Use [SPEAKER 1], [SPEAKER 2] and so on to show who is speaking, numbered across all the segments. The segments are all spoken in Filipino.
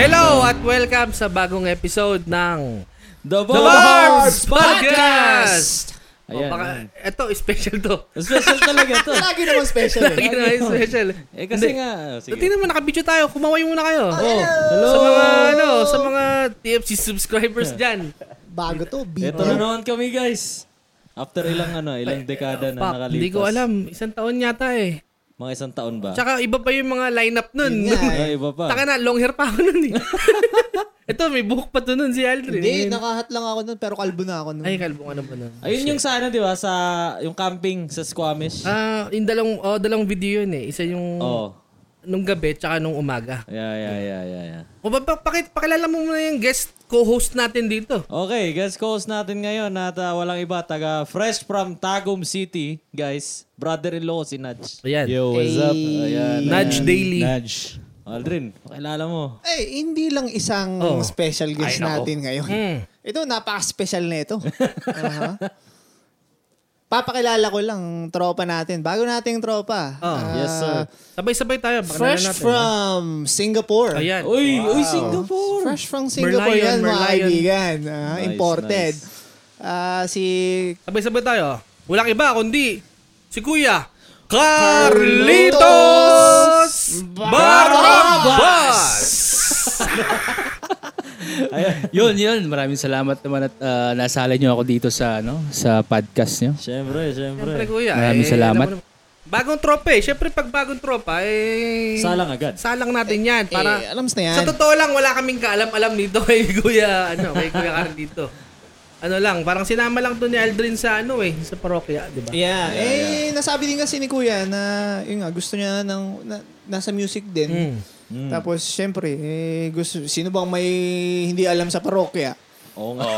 [SPEAKER 1] Hello at welcome sa bagong episode ng
[SPEAKER 2] The
[SPEAKER 1] The Barbs Podcast!
[SPEAKER 2] Ayan.
[SPEAKER 1] O, baka, ito, special to.
[SPEAKER 2] Special talaga to.
[SPEAKER 3] Lagi naman special eh.
[SPEAKER 1] Lagi na yung special.
[SPEAKER 2] Eh kasi
[SPEAKER 1] Hindi.
[SPEAKER 2] nga, oh, sige.
[SPEAKER 1] Tingnan mo, nakabidyo tayo. Kumaway muna kayo.
[SPEAKER 2] Oh, hello.
[SPEAKER 1] Sa mga, ano, sa mga TFC subscribers dyan.
[SPEAKER 3] Bago to, beat.
[SPEAKER 2] Ito na naman kami guys. After ilang ano, ilang dekada na
[SPEAKER 1] Pak,
[SPEAKER 2] nakalipas.
[SPEAKER 1] hindi ko alam. Isang taon yata eh.
[SPEAKER 2] Mga isang taon ba?
[SPEAKER 1] Tsaka iba pa yung mga lineup nun.
[SPEAKER 3] Yun nga
[SPEAKER 2] Ah,
[SPEAKER 3] eh.
[SPEAKER 2] iba pa.
[SPEAKER 1] Taka na, long hair pa ako nun eh. ito, may buhok pa to nun si Aldrin.
[SPEAKER 3] Hindi, nakahat lang ako nun, pero kalbo na ako nun.
[SPEAKER 1] Ay, kalbo ka na ba nun?
[SPEAKER 2] Ayun yung sa ano, di ba? Sa yung camping sa Squamish.
[SPEAKER 1] Ah, yung dalawang, oh, dalawang video yun eh. Isa yung
[SPEAKER 2] Oh.
[SPEAKER 1] nung gabi tsaka nung umaga.
[SPEAKER 2] Yeah, yeah, yeah, yeah, yeah.
[SPEAKER 1] O ba, pa, pakit, pakilala mo muna yung guest co-host natin dito.
[SPEAKER 2] Okay, guest co-host natin ngayon at ah, walang iba, taga fresh from Tagum City, guys. Brother-in-law ko si Nudge.
[SPEAKER 1] Ayan.
[SPEAKER 4] Yo, what's up? Ayan,
[SPEAKER 1] Nudge
[SPEAKER 4] ayan.
[SPEAKER 1] Daily.
[SPEAKER 4] Nudge.
[SPEAKER 2] Aldrin, pakilala mo.
[SPEAKER 3] Eh, hindi lang isang
[SPEAKER 1] Oh.
[SPEAKER 3] special guest
[SPEAKER 2] Ay, nako.
[SPEAKER 3] natin ngayon.
[SPEAKER 1] Mm.
[SPEAKER 3] Ito, napaka-special na ito. Aha. Papakilala ko lang tropa natin. Bago nating tropa.
[SPEAKER 1] Oh,
[SPEAKER 3] Ah,
[SPEAKER 2] yes, sir.
[SPEAKER 1] Sabay-sabay tayo. pakilala
[SPEAKER 3] Fresh
[SPEAKER 1] natin.
[SPEAKER 3] from Singapore.
[SPEAKER 1] Ayan.
[SPEAKER 2] Uy, uy, Singapore!
[SPEAKER 3] Fresh from Singapore
[SPEAKER 1] Merlion,
[SPEAKER 3] yan, mga
[SPEAKER 1] Merlion.
[SPEAKER 3] kaibigan. Ah,
[SPEAKER 2] Nice,
[SPEAKER 3] imported.
[SPEAKER 2] nice.
[SPEAKER 3] Ah, si
[SPEAKER 1] Sabay-sabay tayo. Walang iba kundi si Kuya Carlitos Barabas!
[SPEAKER 4] yun, yun. Maraming salamat naman at ah, nasali nyo ako dito sa ano sa podcast nyo.
[SPEAKER 2] Siyempre, siyempre.
[SPEAKER 1] Siyempre, Kuya.
[SPEAKER 4] Maraming
[SPEAKER 1] eh,
[SPEAKER 4] salamat.
[SPEAKER 1] alam mo naman- Bagong tropa eh. Siyempre, pag bagong tropa, eh...
[SPEAKER 2] Salang agad.
[SPEAKER 1] Salang natin yan. Para...
[SPEAKER 3] eh, alams na yan.
[SPEAKER 1] Sa totoo lang, wala kaming kaalam-alam dito kay Kuya, ano, kay Kuya Carl dito. Ano lang, parang sinama lang to ni Aldrin sa ano eh, sa parokya, di ba?
[SPEAKER 3] Yeah. eh, nasabi din kasi ni Kuya na, yun nga, gusto niya ng, na- nasa music din. Tapos, syempre, eh, gusto, sino bang may hindi alam sa parokya?
[SPEAKER 2] Oo nga.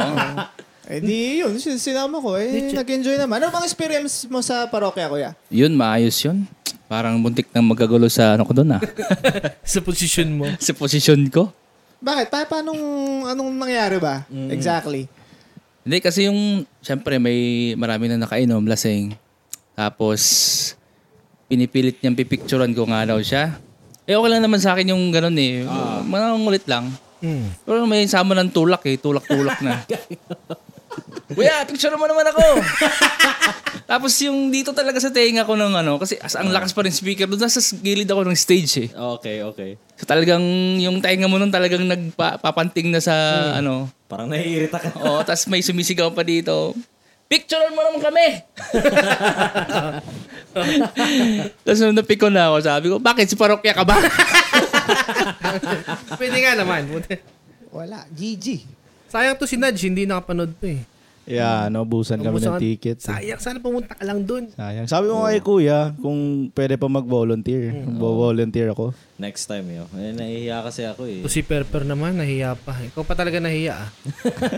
[SPEAKER 3] Eh di, yun, sin- sinama ko. Eh, nag-enjoy naman. Ano bang experience mo sa parokya, Kuya?
[SPEAKER 4] Yun, maayos yun. Parang buntik nang magagulo sa ano ko doon ah.
[SPEAKER 1] sa posisyon mo.
[SPEAKER 4] sa posisyon ko.
[SPEAKER 3] Bakit? Pa paanong, anong nangyari ba? Exactly.
[SPEAKER 4] Hindi, kasi yung, syempre, may marami na nakainom, lasing. Tapos, pinipilit niyang pipicturan ko nga daw siya. Eh, okay lang naman sa akin yung ganun eh. Uh, Manangulit lang. Pero may sama ng tulak eh. Tulak-tulak na. Kuya, picture mo naman ako! Tapos yung dito talaga sa tenga ko ng ano, kasi as ang lakas pa rin speaker, doon nasa gilid ako ng stage eh.
[SPEAKER 2] okay, okay.
[SPEAKER 4] So talagang yung tenga mo nun talagang nagpapanting na sa ano,
[SPEAKER 2] Parang naiirita ka.
[SPEAKER 4] Oo, tas may sumisigaw pa dito. Picturean mo naman kami! Tapos nung napiko na ako, sabi ko, bakit si Parokya ka ba?
[SPEAKER 1] Pwede nga naman.
[SPEAKER 3] Wala. GG.
[SPEAKER 1] Sayang to si Nudge, hindi nakapanood pa eh.
[SPEAKER 5] Yeah, naubusan kami ng
[SPEAKER 1] Ubusan-
[SPEAKER 5] ticket. eh.
[SPEAKER 1] Sayang, sana pumunta ka lang dun.
[SPEAKER 5] Sayang. Sabi ko kay kuya, kung pwede pa mag-volunteer.
[SPEAKER 1] Mm,
[SPEAKER 5] Mag-volunteer ako.
[SPEAKER 2] Next time yun. Eh, nahihiya kasi ako eh.
[SPEAKER 1] To si Perper naman, nahiya pa. Ikaw pa talaga nahiya ah.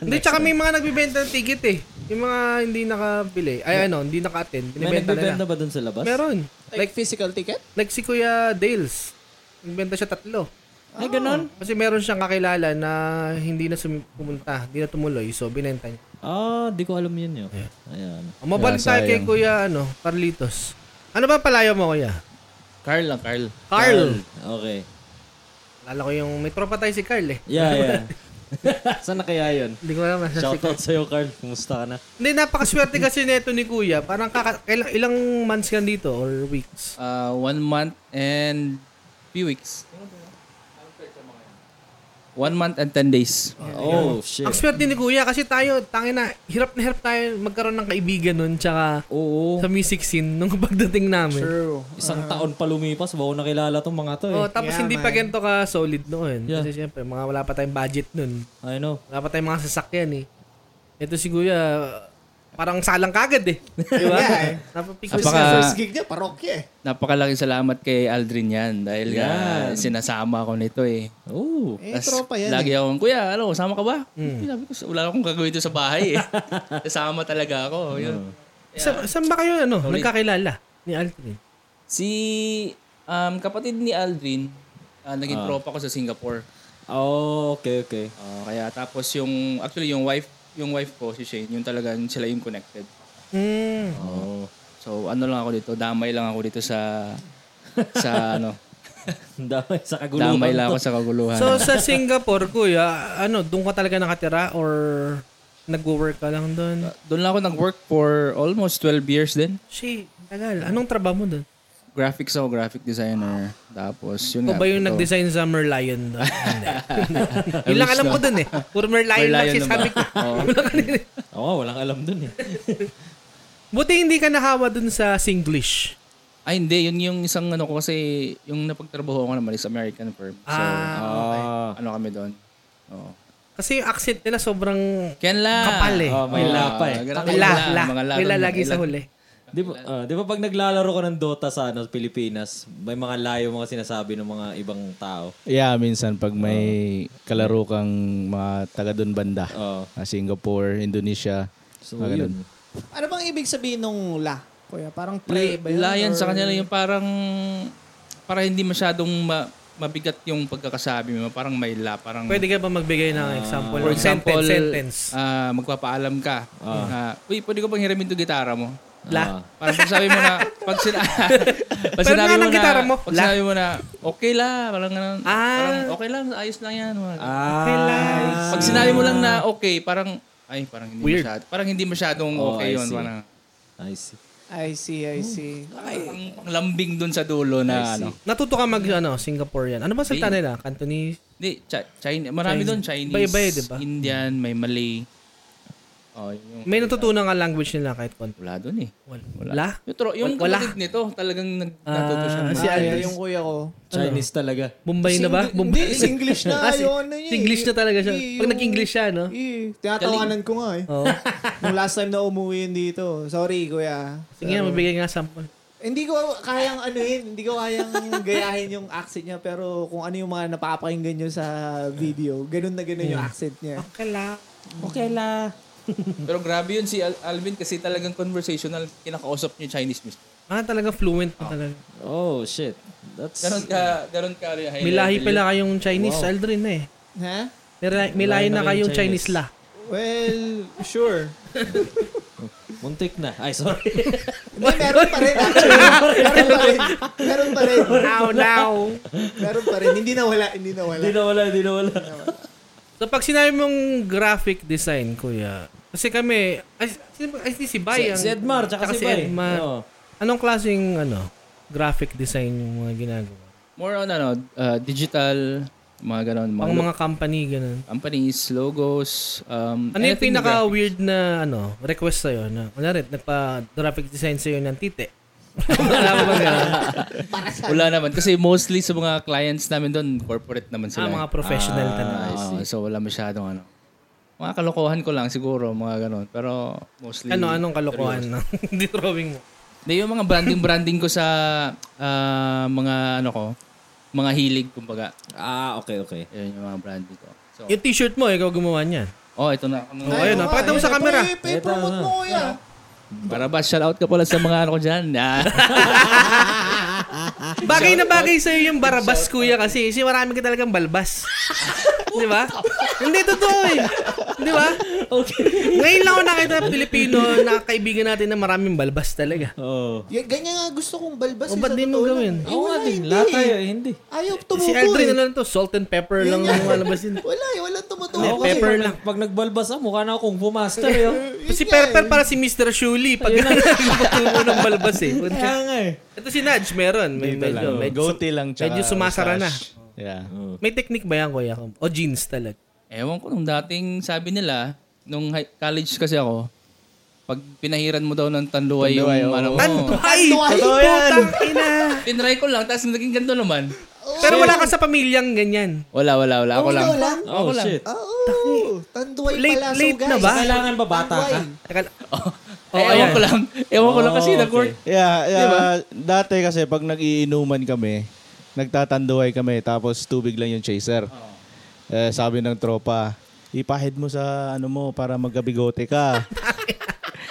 [SPEAKER 1] hindi, tsaka may mga nagbibenta ng ticket eh. Yung mga hindi nakabili, ay ano, hindi naka-attend,
[SPEAKER 2] May
[SPEAKER 1] binibenta
[SPEAKER 2] nagbibenta
[SPEAKER 1] nila.
[SPEAKER 2] ba dun sa labas?
[SPEAKER 1] Meron.
[SPEAKER 3] Like, physical ticket?
[SPEAKER 1] Like si Kuya Dales. Nagbenta siya tatlo.
[SPEAKER 2] Ay, ganun?
[SPEAKER 1] Kasi meron siyang kakilala na hindi na sum- pumunta, hindi na tumuloy, so binenta niya.
[SPEAKER 2] Ah, di ko alam yun yun. Ayan.
[SPEAKER 1] O, mabalik tayo kay Kuya ano, Carlitos. Ano ba palayo mo, Kuya?
[SPEAKER 4] Carl lang, Carl.
[SPEAKER 1] Carl!
[SPEAKER 2] Okay.
[SPEAKER 1] Alala ko yung may tropa tayo si Carl eh.
[SPEAKER 2] Yeah, yeah. Saan na kaya yun?
[SPEAKER 1] Hindi ko alam nasa si Carl.
[SPEAKER 2] Shoutout sa'yo, Carl. Kumusta ka na?
[SPEAKER 1] Hindi, napakaswerte kasi neto ni Kuya. Parang kaka- ilang, ilang months ka dito or weeks.
[SPEAKER 4] Uh, one month and few weeks. One month and ten days.
[SPEAKER 2] Oh, shit.
[SPEAKER 1] Ang swerte ni Kuya kasi tayo, tangin na, hirap na hirap tayo magkaroon ng kaibigan nun tsaka
[SPEAKER 2] Oo.
[SPEAKER 1] sa music scene nung pagdating namin.
[SPEAKER 3] True.
[SPEAKER 2] Isang taon pa lumipas, bago nakilala tong mga to eh.
[SPEAKER 1] Oh, tapos
[SPEAKER 3] Yeah,
[SPEAKER 1] hindi pa ganito ka solid noon.
[SPEAKER 2] Yeah.
[SPEAKER 1] Kasi syempre, mga wala pa tayong budget nun.
[SPEAKER 2] I know.
[SPEAKER 1] Wala pa tayong mga sasakyan eh. Ito si Kuya, parang salang kagad eh. Di ba?
[SPEAKER 3] Yeah, eh.
[SPEAKER 1] Napapikos
[SPEAKER 3] Kasi
[SPEAKER 4] Napaka-
[SPEAKER 3] first gig niya, parokya eh.
[SPEAKER 4] Napakalaking salamat kay Aldrin yan dahil nga sinasama ko nito eh.
[SPEAKER 2] Oh.
[SPEAKER 3] Eh, Hmm.
[SPEAKER 4] Tas
[SPEAKER 3] tropa yan.
[SPEAKER 4] Lagi akong, kuya, ano, sama ka ba? Sabi ko, wala akong gagawin dito sa bahay eh. Sasama talaga ako. Yun.
[SPEAKER 3] Hmm.
[SPEAKER 1] Sa, saan ba kayo ano, nagkakilala ni eh? Altrin?
[SPEAKER 4] Si um, kapatid ni Aldrin, ah, naging tropa ko sa Singapore.
[SPEAKER 2] Oh, okay, okay.
[SPEAKER 4] Ah, kaya tapos yung actually yung wife, yung wife ko si Shane, yung talagang sila yung connected.
[SPEAKER 1] Mm.
[SPEAKER 4] So ano lang ako dito, damay lang ako dito sa sa ano
[SPEAKER 2] Damay sa kaguluhan.
[SPEAKER 4] Damay lang ako sa kaguluhan.
[SPEAKER 1] So sa Singapore, kuya, ano, doon ka talaga nakatira or nagwo-work ka lang doon?
[SPEAKER 4] doon lang ako nag-work for almost 12 years din.
[SPEAKER 1] Shit, tagal. Anong trabaho mo doon?
[SPEAKER 4] Graphics ako, graphic designer. Tapos, yun
[SPEAKER 1] Ikaw
[SPEAKER 4] nga.
[SPEAKER 1] ba yung
[SPEAKER 4] totoo.
[SPEAKER 1] nag-design sa Merlion doon? Hindi. Yun lang alam ko doon eh. Puro Merlion, lang
[SPEAKER 4] Merlion na ba?
[SPEAKER 1] sinasabi ko. Wala ka rin eh.
[SPEAKER 2] Oo, nga, walang alam dun eh.
[SPEAKER 1] Buti hindi ka nahawa doon sa Singlish.
[SPEAKER 4] Ay, hindi. Yun yung isang ano ko kasi, yung napagtrabaho ko naman is American firm. So,
[SPEAKER 1] Ah,
[SPEAKER 2] Ah,
[SPEAKER 4] ano kami doon? Oo.
[SPEAKER 1] kasi yung accent nila sobrang
[SPEAKER 4] Ken la!
[SPEAKER 1] Kapal eh.
[SPEAKER 2] Oh, may la pa eh.
[SPEAKER 4] ganun.
[SPEAKER 1] la, la.
[SPEAKER 4] Mga la-
[SPEAKER 1] May lalagi sa huli.
[SPEAKER 2] Di ba, ah, di ba pag naglalaro ka ng Dota sa ano, Pilipinas, may mga layo mga sinasabi ng mga ibang tao.
[SPEAKER 5] Yeah, minsan pag may kalaro kang mga taga doon banda.
[SPEAKER 2] Oo.
[SPEAKER 5] Ah, Singapore, Indonesia.
[SPEAKER 2] So,
[SPEAKER 5] mga ganun.
[SPEAKER 2] yun. Ah,
[SPEAKER 3] Ano bang ibig sabihin nung la? Kuya, parang play ba yun?
[SPEAKER 4] Lion
[SPEAKER 3] Or-
[SPEAKER 4] sa kanila yung parang, para hindi masyadong ma- mabigat yung pagkakasabi mo. Parang may la. Parang,
[SPEAKER 1] Pwede ka ba magbigay ng example? ng
[SPEAKER 4] for example,
[SPEAKER 1] sentence, sentence.
[SPEAKER 4] ah, magpapaalam ka. na, Uy, pwede ko bang hiramin itong gitara mo?
[SPEAKER 1] La.
[SPEAKER 4] Parang pag sabi mo na, pag, sina- pag
[SPEAKER 1] Pero nga
[SPEAKER 4] sinabi mo
[SPEAKER 1] ng
[SPEAKER 4] na,
[SPEAKER 1] gitara mo,
[SPEAKER 4] pag
[SPEAKER 1] la.
[SPEAKER 4] sinabi mo na, okay la, parang ganun.
[SPEAKER 1] Ah.
[SPEAKER 4] Parang okay lang, ayos lang yan. Mga-
[SPEAKER 2] Ah,
[SPEAKER 4] Pag sinabi mo lang na okay, parang, ay, parang hindi
[SPEAKER 1] Weird.
[SPEAKER 4] masyado. Parang hindi masyadong
[SPEAKER 2] Oh, I
[SPEAKER 4] okay yun.
[SPEAKER 2] see.
[SPEAKER 4] Parang,
[SPEAKER 2] I see.
[SPEAKER 3] I see, I
[SPEAKER 1] Hmm.
[SPEAKER 3] see.
[SPEAKER 4] ang ang lambing dun sa dulo na ano.
[SPEAKER 1] Natuto ka mag, ano, Singaporean. Ano ba salita nila? Cantonese?
[SPEAKER 4] Hindi, Chi- Chinese. Marami doon. Chinese.
[SPEAKER 1] Iba-iba eh, di ba?
[SPEAKER 4] Indian, may Malay. Oh, yun yung,
[SPEAKER 1] May natutunan ka language nila kahit konti.
[SPEAKER 4] wala doon eh.
[SPEAKER 1] Wala.
[SPEAKER 4] Yung, tro, yung
[SPEAKER 1] Wala.
[SPEAKER 4] kapatid nito, talagang nag, natuto siya.
[SPEAKER 1] Si
[SPEAKER 3] Ah,
[SPEAKER 1] Aldis.
[SPEAKER 3] yung kuya ko.
[SPEAKER 2] Ano? Chinese talaga.
[SPEAKER 1] Bombay na ba?
[SPEAKER 3] Sing-
[SPEAKER 1] Bombay.
[SPEAKER 3] Hindi, Singlish na
[SPEAKER 1] Ah, si-
[SPEAKER 3] yun. Ano yun?
[SPEAKER 1] Singlish na talaga siya.
[SPEAKER 3] Hindi,
[SPEAKER 1] Pag
[SPEAKER 3] yung-
[SPEAKER 1] nag-English siya, no?
[SPEAKER 3] Eh, tinatawanan ko nga eh.
[SPEAKER 1] Oo.
[SPEAKER 3] Nung last time na umuwi yun dito. Sorry, kuya.
[SPEAKER 1] Sige nga, mabigay nga sample.
[SPEAKER 3] Hindi ko kayang ano yun, hindi ko kayang gayahin yung accent niya pero kung ano yung mga napapakinggan niyo sa video, ganun na ganun
[SPEAKER 1] Hmm.
[SPEAKER 3] yung accent niya.
[SPEAKER 1] Okay lang.
[SPEAKER 3] Okay la.
[SPEAKER 4] Pero grabe yun si Al- Alvin kasi talagang conversational. Kinakausap niya yung Chinese mismo.
[SPEAKER 1] Ah, talaga fluent na talaga.
[SPEAKER 2] Oh, shit. That's...
[SPEAKER 4] Ganon ka, ganon ka. high
[SPEAKER 1] May lahi
[SPEAKER 4] level.
[SPEAKER 1] pala kayong Chinese, Aldrin na eh.
[SPEAKER 3] Ha?
[SPEAKER 1] May, ra- may lahi na kayong Chinese la.
[SPEAKER 3] Well, sure.
[SPEAKER 2] Muntik na. Ay, sorry.
[SPEAKER 3] Hindi, meron pa rin actually. meron pa rin. Meron pa rin.
[SPEAKER 1] Now, now.
[SPEAKER 3] Meron pa rin. Hindi nawala, hindi nawala.
[SPEAKER 2] Hindi na wala, hindi na wala.
[SPEAKER 1] So pag sinabi mong graphic design, kuya, kasi kami, ay, sino ba- ay si Bay. ang-
[SPEAKER 2] Si Edmar, tsaka si Bay. Oh.
[SPEAKER 1] Edmar.
[SPEAKER 2] Oo.
[SPEAKER 1] Anong klaseng, ano, graphic design yung mga ginagawa?
[SPEAKER 4] More on ano, uh, digital, mga ganon. Mga,
[SPEAKER 1] Pang mga company, ganun.
[SPEAKER 4] companies, logos. Um,
[SPEAKER 1] Ano yung
[SPEAKER 4] anything na graphic.
[SPEAKER 1] pinaka-weird na, ano, request sa'yo? Na, kunyari, nagpa-graphic design sa'yo ng tite. Alam mo ba ganun?
[SPEAKER 4] Wala naman. Kasi mostly sa mga clients namin doon, corporate naman
[SPEAKER 1] Ah,
[SPEAKER 4] sila.
[SPEAKER 1] mga professional talaga.
[SPEAKER 4] Ah, so wala masyadong ano. Mga kalokohan ko lang siguro, mga ganon. Pero mostly...
[SPEAKER 1] Ano, anong kalokohan ng drawing mo?
[SPEAKER 4] Hindi, yung mga branding-branding ko sa ah, mga ano ko, mga hilig, kumbaga.
[SPEAKER 2] Ah, okay, okay.
[SPEAKER 4] Yun yung mga branding ko. So,
[SPEAKER 1] Yung t-shirt mo, ikaw gumawa niyan.
[SPEAKER 4] oh, ito na. Ano,
[SPEAKER 1] Oh, ayun, ah,
[SPEAKER 3] Ano nga,
[SPEAKER 1] pakita mo
[SPEAKER 3] yun,
[SPEAKER 1] sa
[SPEAKER 3] eh,
[SPEAKER 1] camera.
[SPEAKER 3] pre- pre-promote mo kuya.
[SPEAKER 4] Para ba, shout out ka pala sa mga ano ko dyan. Ah.
[SPEAKER 1] Bagay na bagay sa'yo yung barabas, kuya, kasi si marami ka talagang balbas. Di ba? Hindi, totoo eh. Di ba? Okay. Ngayon lang ako nakita ng Pilipino na kaibigan natin na maraming balbas talaga.
[SPEAKER 5] Oh.
[SPEAKER 2] Oo.
[SPEAKER 3] Y- ganyan nga gusto kong balbas.
[SPEAKER 1] O,
[SPEAKER 3] eh,
[SPEAKER 1] Oh, ba't
[SPEAKER 3] sa
[SPEAKER 1] di mo
[SPEAKER 3] totoo lang.
[SPEAKER 1] gawin?
[SPEAKER 3] Eh,
[SPEAKER 2] Oo nga
[SPEAKER 3] wala,
[SPEAKER 2] din.
[SPEAKER 3] hindi
[SPEAKER 2] Lahat
[SPEAKER 3] eh.
[SPEAKER 2] tayo, eh, hindi.
[SPEAKER 3] Ayaw
[SPEAKER 1] Si
[SPEAKER 3] tumutuloy.
[SPEAKER 1] Aldrin,
[SPEAKER 2] eh.
[SPEAKER 1] ano lang to? Salt and pepper lang ang lumalabas yun.
[SPEAKER 3] Wala, eh, walang tumutuloy.
[SPEAKER 1] Hindi,
[SPEAKER 2] Kasi
[SPEAKER 1] Pepper
[SPEAKER 2] pag,
[SPEAKER 1] lang.
[SPEAKER 2] Pag nagbalbas ah, mukha na akong pumaster eh. oh.
[SPEAKER 1] Si Pepper para si Mr. Shuli pag nagpagtubo ng balbas eh.
[SPEAKER 2] Kaya nga eh.
[SPEAKER 1] Ito si Nudge, meron. May,
[SPEAKER 5] Dito
[SPEAKER 1] medyo,
[SPEAKER 5] lang.
[SPEAKER 1] medyo,
[SPEAKER 5] Goatee lang. tsaka
[SPEAKER 1] medyo sumasara na.
[SPEAKER 5] mustache. Yeah.
[SPEAKER 1] May technique ba yan, kuya? O jeans talaga?
[SPEAKER 4] Ewan ko, nung dating sabi nila, nung high- college kasi ako, pag pinahiran mo daw ng tanluay yung
[SPEAKER 2] Oh.
[SPEAKER 4] ano mo.
[SPEAKER 1] Tanduhay!
[SPEAKER 3] Tanduhay!
[SPEAKER 1] Putang ina!
[SPEAKER 4] Tinry ko lang, tapos naging ganito naman.
[SPEAKER 1] Pero wala ka sa pamilyang ganyan.
[SPEAKER 4] Wala, wala, wala. Ako lang.
[SPEAKER 3] Ikaw lang?
[SPEAKER 2] Oh, shit.
[SPEAKER 3] Oo. Tanduay
[SPEAKER 1] Late-
[SPEAKER 3] pala. So,
[SPEAKER 1] late na
[SPEAKER 3] guys,
[SPEAKER 1] ba?
[SPEAKER 2] Kailangan ba bata ka?
[SPEAKER 1] Ah, Teka lang.
[SPEAKER 4] Eh, ewan ko lang. Ewan ko lang kasi
[SPEAKER 2] Oh,
[SPEAKER 4] nag-work.
[SPEAKER 5] Yeah, yeah. Dati kasi pag nagiinuman kami, nagtatanduay kami tapos tubig lang yung chaser. Eh, sabi ng tropa, ipahid mo sa ano mo para magkabigote ka.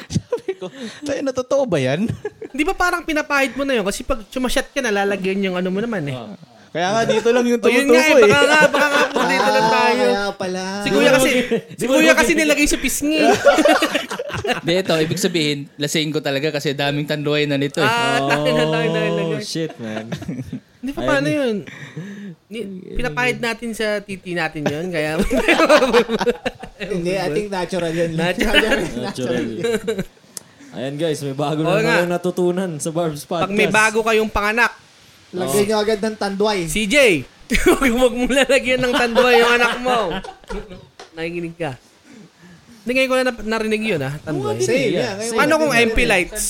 [SPEAKER 5] sabi ko, tayo na totoo ba yan?
[SPEAKER 1] Di ba parang pinapahid mo na yun? Kasi pag sumasyat ka, nalalagyan yung ano mo naman eh.
[SPEAKER 5] Kaya nga dito lang yung
[SPEAKER 1] O yun nga eh,
[SPEAKER 5] tumutuko
[SPEAKER 1] baka
[SPEAKER 5] eh.
[SPEAKER 1] nga, baka nga, po dito lang
[SPEAKER 3] Ah,
[SPEAKER 1] tayo.
[SPEAKER 3] kaya pala.
[SPEAKER 1] Si kuya kasi, si kuya kasi nilagay sa pisngi.
[SPEAKER 4] Hindi, ito, ibig sabihin, lasing ko talaga kasi daming tanduay na nito eh.
[SPEAKER 1] Ah, tayo na tayo na
[SPEAKER 2] Oh, shit, Oh, man.
[SPEAKER 1] Hindi pa paano yun. Ni- Pinapahid natin sa titi natin yun. Kaya,
[SPEAKER 3] Hindi, I think natural yun.
[SPEAKER 1] Natural.
[SPEAKER 2] Natural. Ah, Ayan guys, may bago na
[SPEAKER 1] Oo nga.
[SPEAKER 2] naman natutunan sa Barb's Podcast.
[SPEAKER 1] pag may bago kayong panganak,
[SPEAKER 3] Lagay nyo agad ng tandway.
[SPEAKER 1] CJ, huwag mong lalagyan ng tanduay yung anak mo. Nakikinig ka. Hindi ngayon ko na nap- narinig yun ha, tanduay.
[SPEAKER 2] Yeah.
[SPEAKER 3] Same, yeah. ngayon.
[SPEAKER 1] Paano Ano kung MP lights?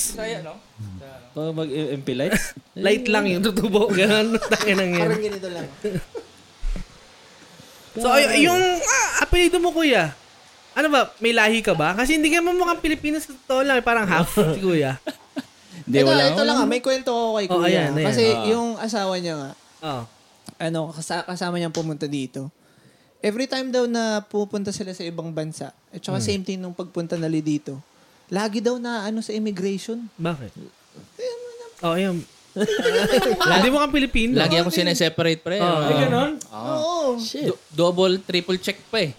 [SPEAKER 2] Pag mag-MP lights.
[SPEAKER 1] Light lang yung tutubo. Ganun, tangin ng yun.
[SPEAKER 3] Parang ganito lang.
[SPEAKER 1] So, ay- yung ah, apelido mo, kuya, ano ba, may lahi ka ba? Kasi hindi ka mo mukhang Pilipinas, sa totoo lang, eh, parang half si kuya.
[SPEAKER 4] Hindi,
[SPEAKER 3] ito,
[SPEAKER 4] wala. Ah.
[SPEAKER 3] ito lang ah, may kwento ako kay
[SPEAKER 1] Oh,
[SPEAKER 3] Kuya.
[SPEAKER 1] ayan, ayan.
[SPEAKER 3] Kasi yung asawa niya nga,
[SPEAKER 1] Oh.
[SPEAKER 3] ano, kasa- kasama niyang pumunta dito. Every time daw na pupunta sila sa ibang bansa, at saka same thing nung pagpunta nali dito, lagi daw na ano sa immigration.
[SPEAKER 1] Bakit? Oh, ayun. Hindi mo kang Pilipino.
[SPEAKER 4] Lagi akong sineseparate pre.
[SPEAKER 1] Oh.
[SPEAKER 4] Ah.
[SPEAKER 3] Oo.
[SPEAKER 4] Do- double, triple check pa eh.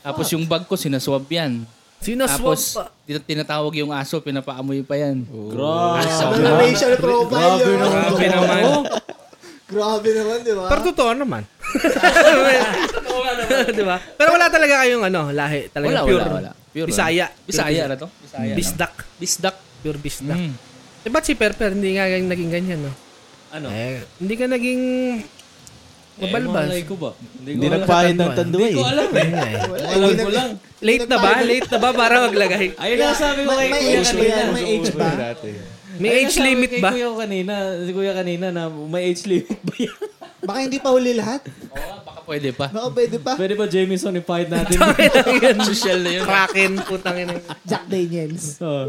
[SPEAKER 4] Tapos yung bag ko, sinaswab yan.
[SPEAKER 1] Sinaswab
[SPEAKER 4] Tapos
[SPEAKER 1] pa.
[SPEAKER 4] tin- tinatawag yung aso, pinapaamoy pa yan.
[SPEAKER 3] Ano na racial profile yun?
[SPEAKER 1] Grabe naman.
[SPEAKER 3] Grabe naman, di ba?
[SPEAKER 1] Pero totoo naman. Di ba? Pero wala talaga kayong ano, lahi. Talaga
[SPEAKER 4] Wala,
[SPEAKER 1] pure.
[SPEAKER 4] wala, wala. Pure, ano.
[SPEAKER 1] Bisaya.
[SPEAKER 4] Bisaya na to? Bisaya. no?
[SPEAKER 1] Bisdak.
[SPEAKER 4] Bisdak.
[SPEAKER 1] Pure bisdak.
[SPEAKER 4] Mm.
[SPEAKER 1] Eh, ba't si Perper hindi nga gan- naging ganyan, no?
[SPEAKER 2] Ano?
[SPEAKER 1] Eh, hindi ka naging
[SPEAKER 4] Eh,
[SPEAKER 1] mabalbas.
[SPEAKER 2] malay ko ba?
[SPEAKER 5] Hindi nagpahid ng tanduay.
[SPEAKER 2] ko alam eh. Alam ko lang.
[SPEAKER 1] Late na ba? Late na ba para maglagay?
[SPEAKER 2] Ayun na sabi ko kay
[SPEAKER 3] May
[SPEAKER 2] Kuya
[SPEAKER 3] age ba
[SPEAKER 2] kanina.
[SPEAKER 3] yan? May age ba?
[SPEAKER 1] May
[SPEAKER 2] Ayun ang
[SPEAKER 1] age
[SPEAKER 2] sabi
[SPEAKER 1] limit
[SPEAKER 2] kay
[SPEAKER 1] ba?
[SPEAKER 2] Kuya ko kanina, si Kuya kanina na may age limit ba yan?
[SPEAKER 3] Baka hindi pa huli lahat.
[SPEAKER 4] Oo, baka pwede pa.
[SPEAKER 3] Baka pwede pa.
[SPEAKER 2] Pwede ba Jameson i-fight natin?
[SPEAKER 4] Social na yun.
[SPEAKER 1] Kraken, putang ina.
[SPEAKER 3] Jack Daniels.
[SPEAKER 2] oh.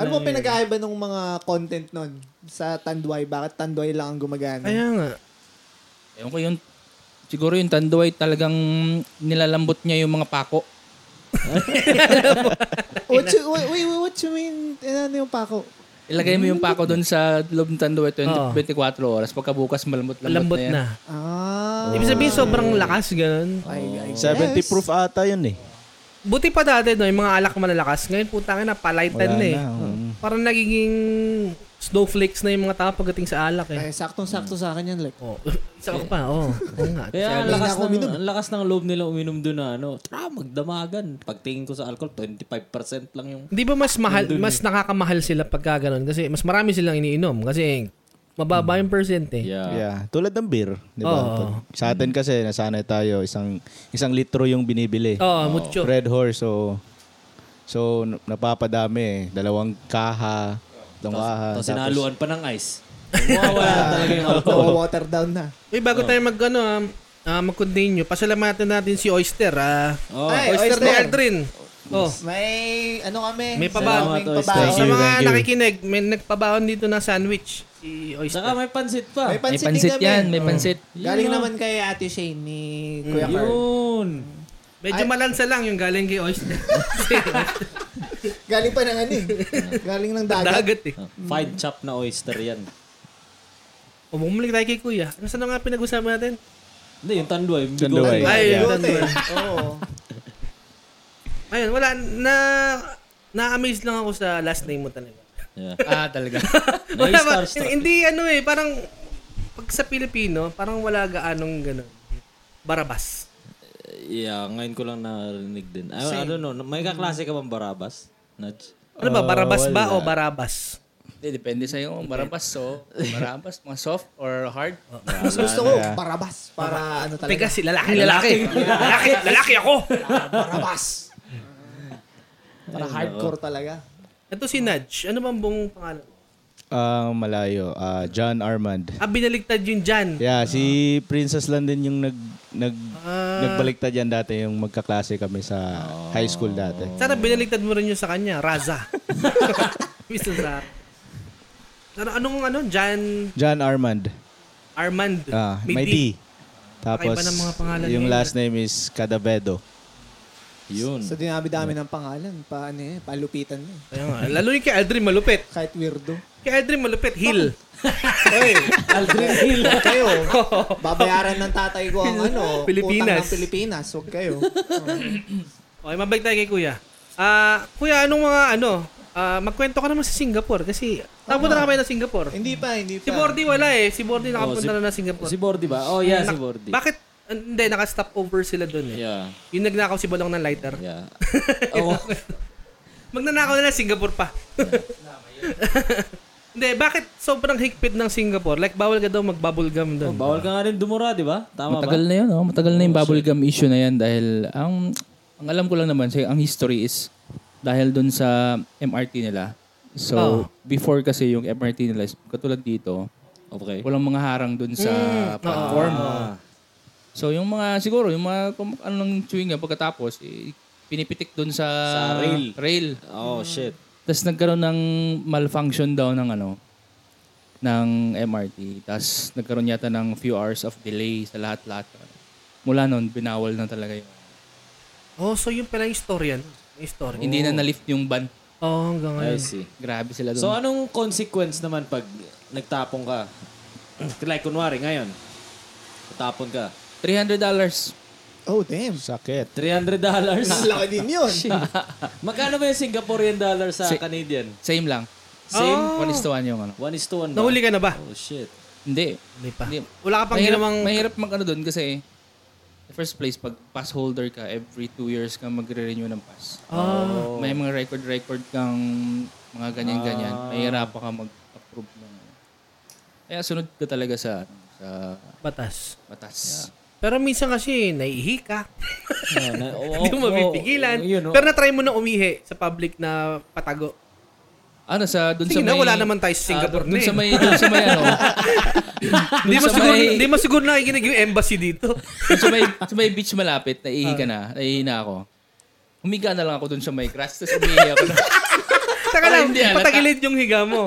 [SPEAKER 3] Ano mo pinag-aiba ng mga content nun sa Tandway? Bakit Tandway lang ang gumagana?
[SPEAKER 1] Kaya nga.
[SPEAKER 4] Ewan ko yun. Siguro yung tanduay talagang nilalambot niya yung mga pako.
[SPEAKER 3] What you, wait, wait, wait, what you mean? Eh, Ano yung pako?
[SPEAKER 4] Ilagay mo yung pako doon sa loob ng eh, tanduay
[SPEAKER 1] Oo.
[SPEAKER 4] 20, 24 oras. Pagkabukas, malambot-lambot
[SPEAKER 1] Lambot
[SPEAKER 4] na yan.
[SPEAKER 1] na.
[SPEAKER 3] Ah.
[SPEAKER 1] Ibig sabihin, sobrang lakas, ganun.
[SPEAKER 3] I, I
[SPEAKER 5] 70
[SPEAKER 3] guess.
[SPEAKER 5] proof ata yun eh.
[SPEAKER 1] Buti pa dati, no, yung mga alak malalakas. Ngayon, putang ina, palaitan
[SPEAKER 5] Wala
[SPEAKER 1] na eh.
[SPEAKER 5] na, oo.
[SPEAKER 1] Parang nagiging snowflakes na yung mga tao pagdating sa alak eh.
[SPEAKER 3] Eh, saktong-sakto sa akin yan. Like,
[SPEAKER 1] Oh. Isa ko pa, oo. Oo nga.
[SPEAKER 2] Kaya ang
[SPEAKER 3] Sabi
[SPEAKER 2] lakas,
[SPEAKER 3] na ako
[SPEAKER 2] ng,
[SPEAKER 3] uminom.
[SPEAKER 2] ang lakas ng loob nila uminom doon na ano, tara magdamagan. Pagtingin ko sa alcohol, 25% lang yung...
[SPEAKER 1] Di ba mas mahal, mas
[SPEAKER 2] eh.
[SPEAKER 1] nakakamahal sila pagka ganun? Kasi mas marami silang iniinom. Kasi mababa yung percent eh.
[SPEAKER 2] Yeah.
[SPEAKER 5] Yeah. Tulad ng beer, di ba?
[SPEAKER 1] Oo.
[SPEAKER 5] Pag- Sa atin kasi, nasanay tayo, isang isang litro yung binibili.
[SPEAKER 1] Oo, mucho.
[SPEAKER 5] Red Horse, so so n- napapadami eh. Dalawang kaha,
[SPEAKER 3] Ah,
[SPEAKER 5] dalawang kaha.
[SPEAKER 2] Tapos
[SPEAKER 5] Tapos-
[SPEAKER 2] sinaluan pa ng ice. Mawawala Ah, talaga yung alcohol.
[SPEAKER 3] water down na.
[SPEAKER 1] Uy, bago tayo mag, ano, ah, ah, mag-continue, pasalamatan natin si Oyster. ah.
[SPEAKER 2] Oh.
[SPEAKER 3] Ay,
[SPEAKER 1] Oyster, ni
[SPEAKER 3] Oyster.
[SPEAKER 1] Aldrin. Oh.
[SPEAKER 3] May, ano kami? oh,
[SPEAKER 1] May pabaon.
[SPEAKER 3] May
[SPEAKER 2] Salamat,
[SPEAKER 3] pabaon.
[SPEAKER 1] Sa
[SPEAKER 5] Oyster. you, thank
[SPEAKER 1] mga
[SPEAKER 5] you.
[SPEAKER 1] nakikinig, may nagpabaon dito ng sandwich. Si
[SPEAKER 2] Saka
[SPEAKER 1] Oyster.
[SPEAKER 2] may pansit pa.
[SPEAKER 3] May
[SPEAKER 4] May
[SPEAKER 3] pansit, din
[SPEAKER 4] pansit
[SPEAKER 3] kami. Oh.
[SPEAKER 4] yan, may pansit.
[SPEAKER 3] Galing naman kay Ate Shane ni Kuya Carl.
[SPEAKER 2] Yun.
[SPEAKER 1] Medyo malansa lang yung galing kay Oyster.
[SPEAKER 3] Galing pa ng ano eh. Galing ng dagat.
[SPEAKER 1] Dagat eh.
[SPEAKER 2] Fine Mm. chop na oyster yan.
[SPEAKER 1] O, bumalik tayo kay Kuya. Ano saan nga pinag-usapan natin?
[SPEAKER 2] Hindi, yung tanduay. yung bigo.
[SPEAKER 5] Tanduay.
[SPEAKER 1] Ay, yun.
[SPEAKER 5] Yeah.
[SPEAKER 3] Yote. Oo.
[SPEAKER 1] Ayun, wala. Na, na-amaze lang ako sa last name mo talaga.
[SPEAKER 2] Yeah.
[SPEAKER 4] Ah, talaga.
[SPEAKER 1] Wala ba?
[SPEAKER 2] starstruck.
[SPEAKER 1] Hindi, ano eh. Parang, pag sa Pilipino, parang wala gaanong gano'n. Barabas.
[SPEAKER 2] Yeah, ngayon ko lang narinig din. I, I don't know, may kaklase ka bang Barabas? Nudge?
[SPEAKER 1] Ano ba? Barabas ba o Barabas?
[SPEAKER 4] Hindi, depende sa'yo. Marabas, so. Marabas, mga soft or hard.
[SPEAKER 3] Mas gusto ko, parabas. Para ano talaga.
[SPEAKER 1] Teka, si lalaki, lalaki. lalaki, lalaki ako.
[SPEAKER 3] Parabas. Para hardcore talaga.
[SPEAKER 1] Ito si Nudge. Ano bang buong pangalan?
[SPEAKER 5] Ang malayo, ah, John Armand.
[SPEAKER 1] Ah, binaligtad yung Jan.
[SPEAKER 5] Yeah, si Princess lang din yung nag, nag
[SPEAKER 1] Ah.
[SPEAKER 5] nagbaliktad yan dati yung magkaklase kami sa high school dati.
[SPEAKER 1] Sana binaligtad mo rin yun sa kanya. Raza. Mister Zara. Ano, anong ano? Jan
[SPEAKER 5] John Armand.
[SPEAKER 1] Armand.
[SPEAKER 5] Ah,
[SPEAKER 1] May
[SPEAKER 5] may
[SPEAKER 1] D.
[SPEAKER 5] D. Tapos
[SPEAKER 1] Kakaiba ng mga pangalan
[SPEAKER 5] yung
[SPEAKER 1] ngayon,
[SPEAKER 5] last name is Cadavedo.
[SPEAKER 2] Yun.
[SPEAKER 3] So dinami-dami ng pangalan. Pa, ano eh, palupitan eh.
[SPEAKER 1] Kaya nga, Lalo yung kay Aldrin malupit.
[SPEAKER 3] Kahit weirdo.
[SPEAKER 1] Kay Aldrin malupit, Hill.
[SPEAKER 2] Oh.
[SPEAKER 3] Oy,
[SPEAKER 2] Aldrin Hill.
[SPEAKER 3] kayo. Babayaran ng tatay ko ang ano,
[SPEAKER 1] Pilipinas.
[SPEAKER 3] utang ng Pilipinas. Huwag kayo.
[SPEAKER 1] Okay, mabalik tayo kay Kuya. Ah, Kuya, anong mga ano? Ah, magkwento ka naman sa Singapore kasi napunta na kami na Singapore.
[SPEAKER 3] Hindi pa, hindi pa.
[SPEAKER 1] Si Bordy wala eh. Si Bordy nakapunta
[SPEAKER 2] Oh, si-
[SPEAKER 1] na na Singapore.
[SPEAKER 2] Si Bordy ba? Oh, yeah, si
[SPEAKER 1] Nak-
[SPEAKER 2] Bordy.
[SPEAKER 1] Bakit? Hindi, naka-stop over sila doon eh.
[SPEAKER 2] Yeah.
[SPEAKER 1] Yung nagnakaw si Balong ng lighter.
[SPEAKER 2] Yeah. Oh, Oo.
[SPEAKER 1] Magnanakaw na lang Singapore pa. Hindi, bakit sobrang higpit ng Singapore? Like, bawal ka daw mag-bubblegum doon.
[SPEAKER 2] Bawal ka nga rin dumura, di ba? Tama ba?
[SPEAKER 4] Matagal na yun, oh. matagal na yung bubblegum issue na yan dahil ang, ang alam ko lang naman, say, ang history is dahil dun sa MRT nila. So, before kasi yung MRT nila, is katulad dito,
[SPEAKER 2] Okay. Ah.
[SPEAKER 4] walang mga harang dun sa platform. So, yung mga, siguro, yung mga, kung ano nang chewing gum pagkatapos, eh, pinipitik dun sa,
[SPEAKER 2] Sa rail.
[SPEAKER 4] rail.
[SPEAKER 2] Oh, shit.
[SPEAKER 4] Tapos nagkaroon ng malfunction daw ng ano, ng MRT. Tapos nagkaroon yata ng few hours of delay sa lahat-lahat. Mula noon, binawal na talaga yun.
[SPEAKER 1] Oh, so yung pala yung story yan. Yung story.
[SPEAKER 4] Hindi na na-lift yung ban.
[SPEAKER 1] Oh, hanggang
[SPEAKER 2] I
[SPEAKER 1] ngayon.
[SPEAKER 2] see.
[SPEAKER 4] Grabe sila doon.
[SPEAKER 2] So, anong consequence naman pag nagtapong ka? like, kunwari, ngayon, tapon ka.
[SPEAKER 4] $300.
[SPEAKER 3] Oh, damn.
[SPEAKER 5] Sakit.
[SPEAKER 2] $300. dollars.
[SPEAKER 3] Ang laki din yun.
[SPEAKER 2] Magkano ba yung Singaporean dollar sa
[SPEAKER 4] Si-
[SPEAKER 2] Canadian?
[SPEAKER 4] Same lang.
[SPEAKER 2] Same?
[SPEAKER 4] One is to one yung ano.
[SPEAKER 2] One is to one ba?
[SPEAKER 1] Nahuli ka na ba?
[SPEAKER 2] Oh, shit.
[SPEAKER 4] Hindi.
[SPEAKER 1] Hindi pa.
[SPEAKER 4] Hindi.
[SPEAKER 1] Wala ka pang
[SPEAKER 4] mahirap,
[SPEAKER 1] ginawang...
[SPEAKER 4] mahirap mag ano doon kasi the first place, pag pass holder ka, every two years ka magre-renew ng pass.
[SPEAKER 1] Ah.
[SPEAKER 4] May mga record-record kang mga ganyan-ganyan. Mahirapan ka mag-approve ng... ano. Kaya sunod ka talaga sa, ano, sa
[SPEAKER 1] Batas.
[SPEAKER 4] batas.
[SPEAKER 1] Pero minsan kasi, naihi ka.
[SPEAKER 2] Ayan, na- oo,
[SPEAKER 1] Hindi
[SPEAKER 2] oo,
[SPEAKER 1] mo mapipigilan.
[SPEAKER 2] oo, yun, oo.
[SPEAKER 1] Pero na-try mo na umihi sa public na patago.
[SPEAKER 4] Ano sa doon sa
[SPEAKER 1] Sige
[SPEAKER 4] may
[SPEAKER 1] na, wala naman tayo sa Singapore
[SPEAKER 4] doon
[SPEAKER 1] na
[SPEAKER 4] sa
[SPEAKER 1] eh.
[SPEAKER 4] may doon sa may ano.
[SPEAKER 1] Hindi
[SPEAKER 4] doon
[SPEAKER 1] mo
[SPEAKER 4] sa
[SPEAKER 1] siguro,
[SPEAKER 4] may-
[SPEAKER 1] hindi mo siguro nakikinig yung embassy dito.
[SPEAKER 4] doon sa may sa may beach malapit, naihi
[SPEAKER 1] Ah.
[SPEAKER 4] ka na, naihi na ako. Humiga na lang ako doon sa may grass, tapos umihi ako na.
[SPEAKER 1] Taka
[SPEAKER 4] Para
[SPEAKER 1] lang,
[SPEAKER 4] hindi halata.
[SPEAKER 1] patagilid yung higa mo.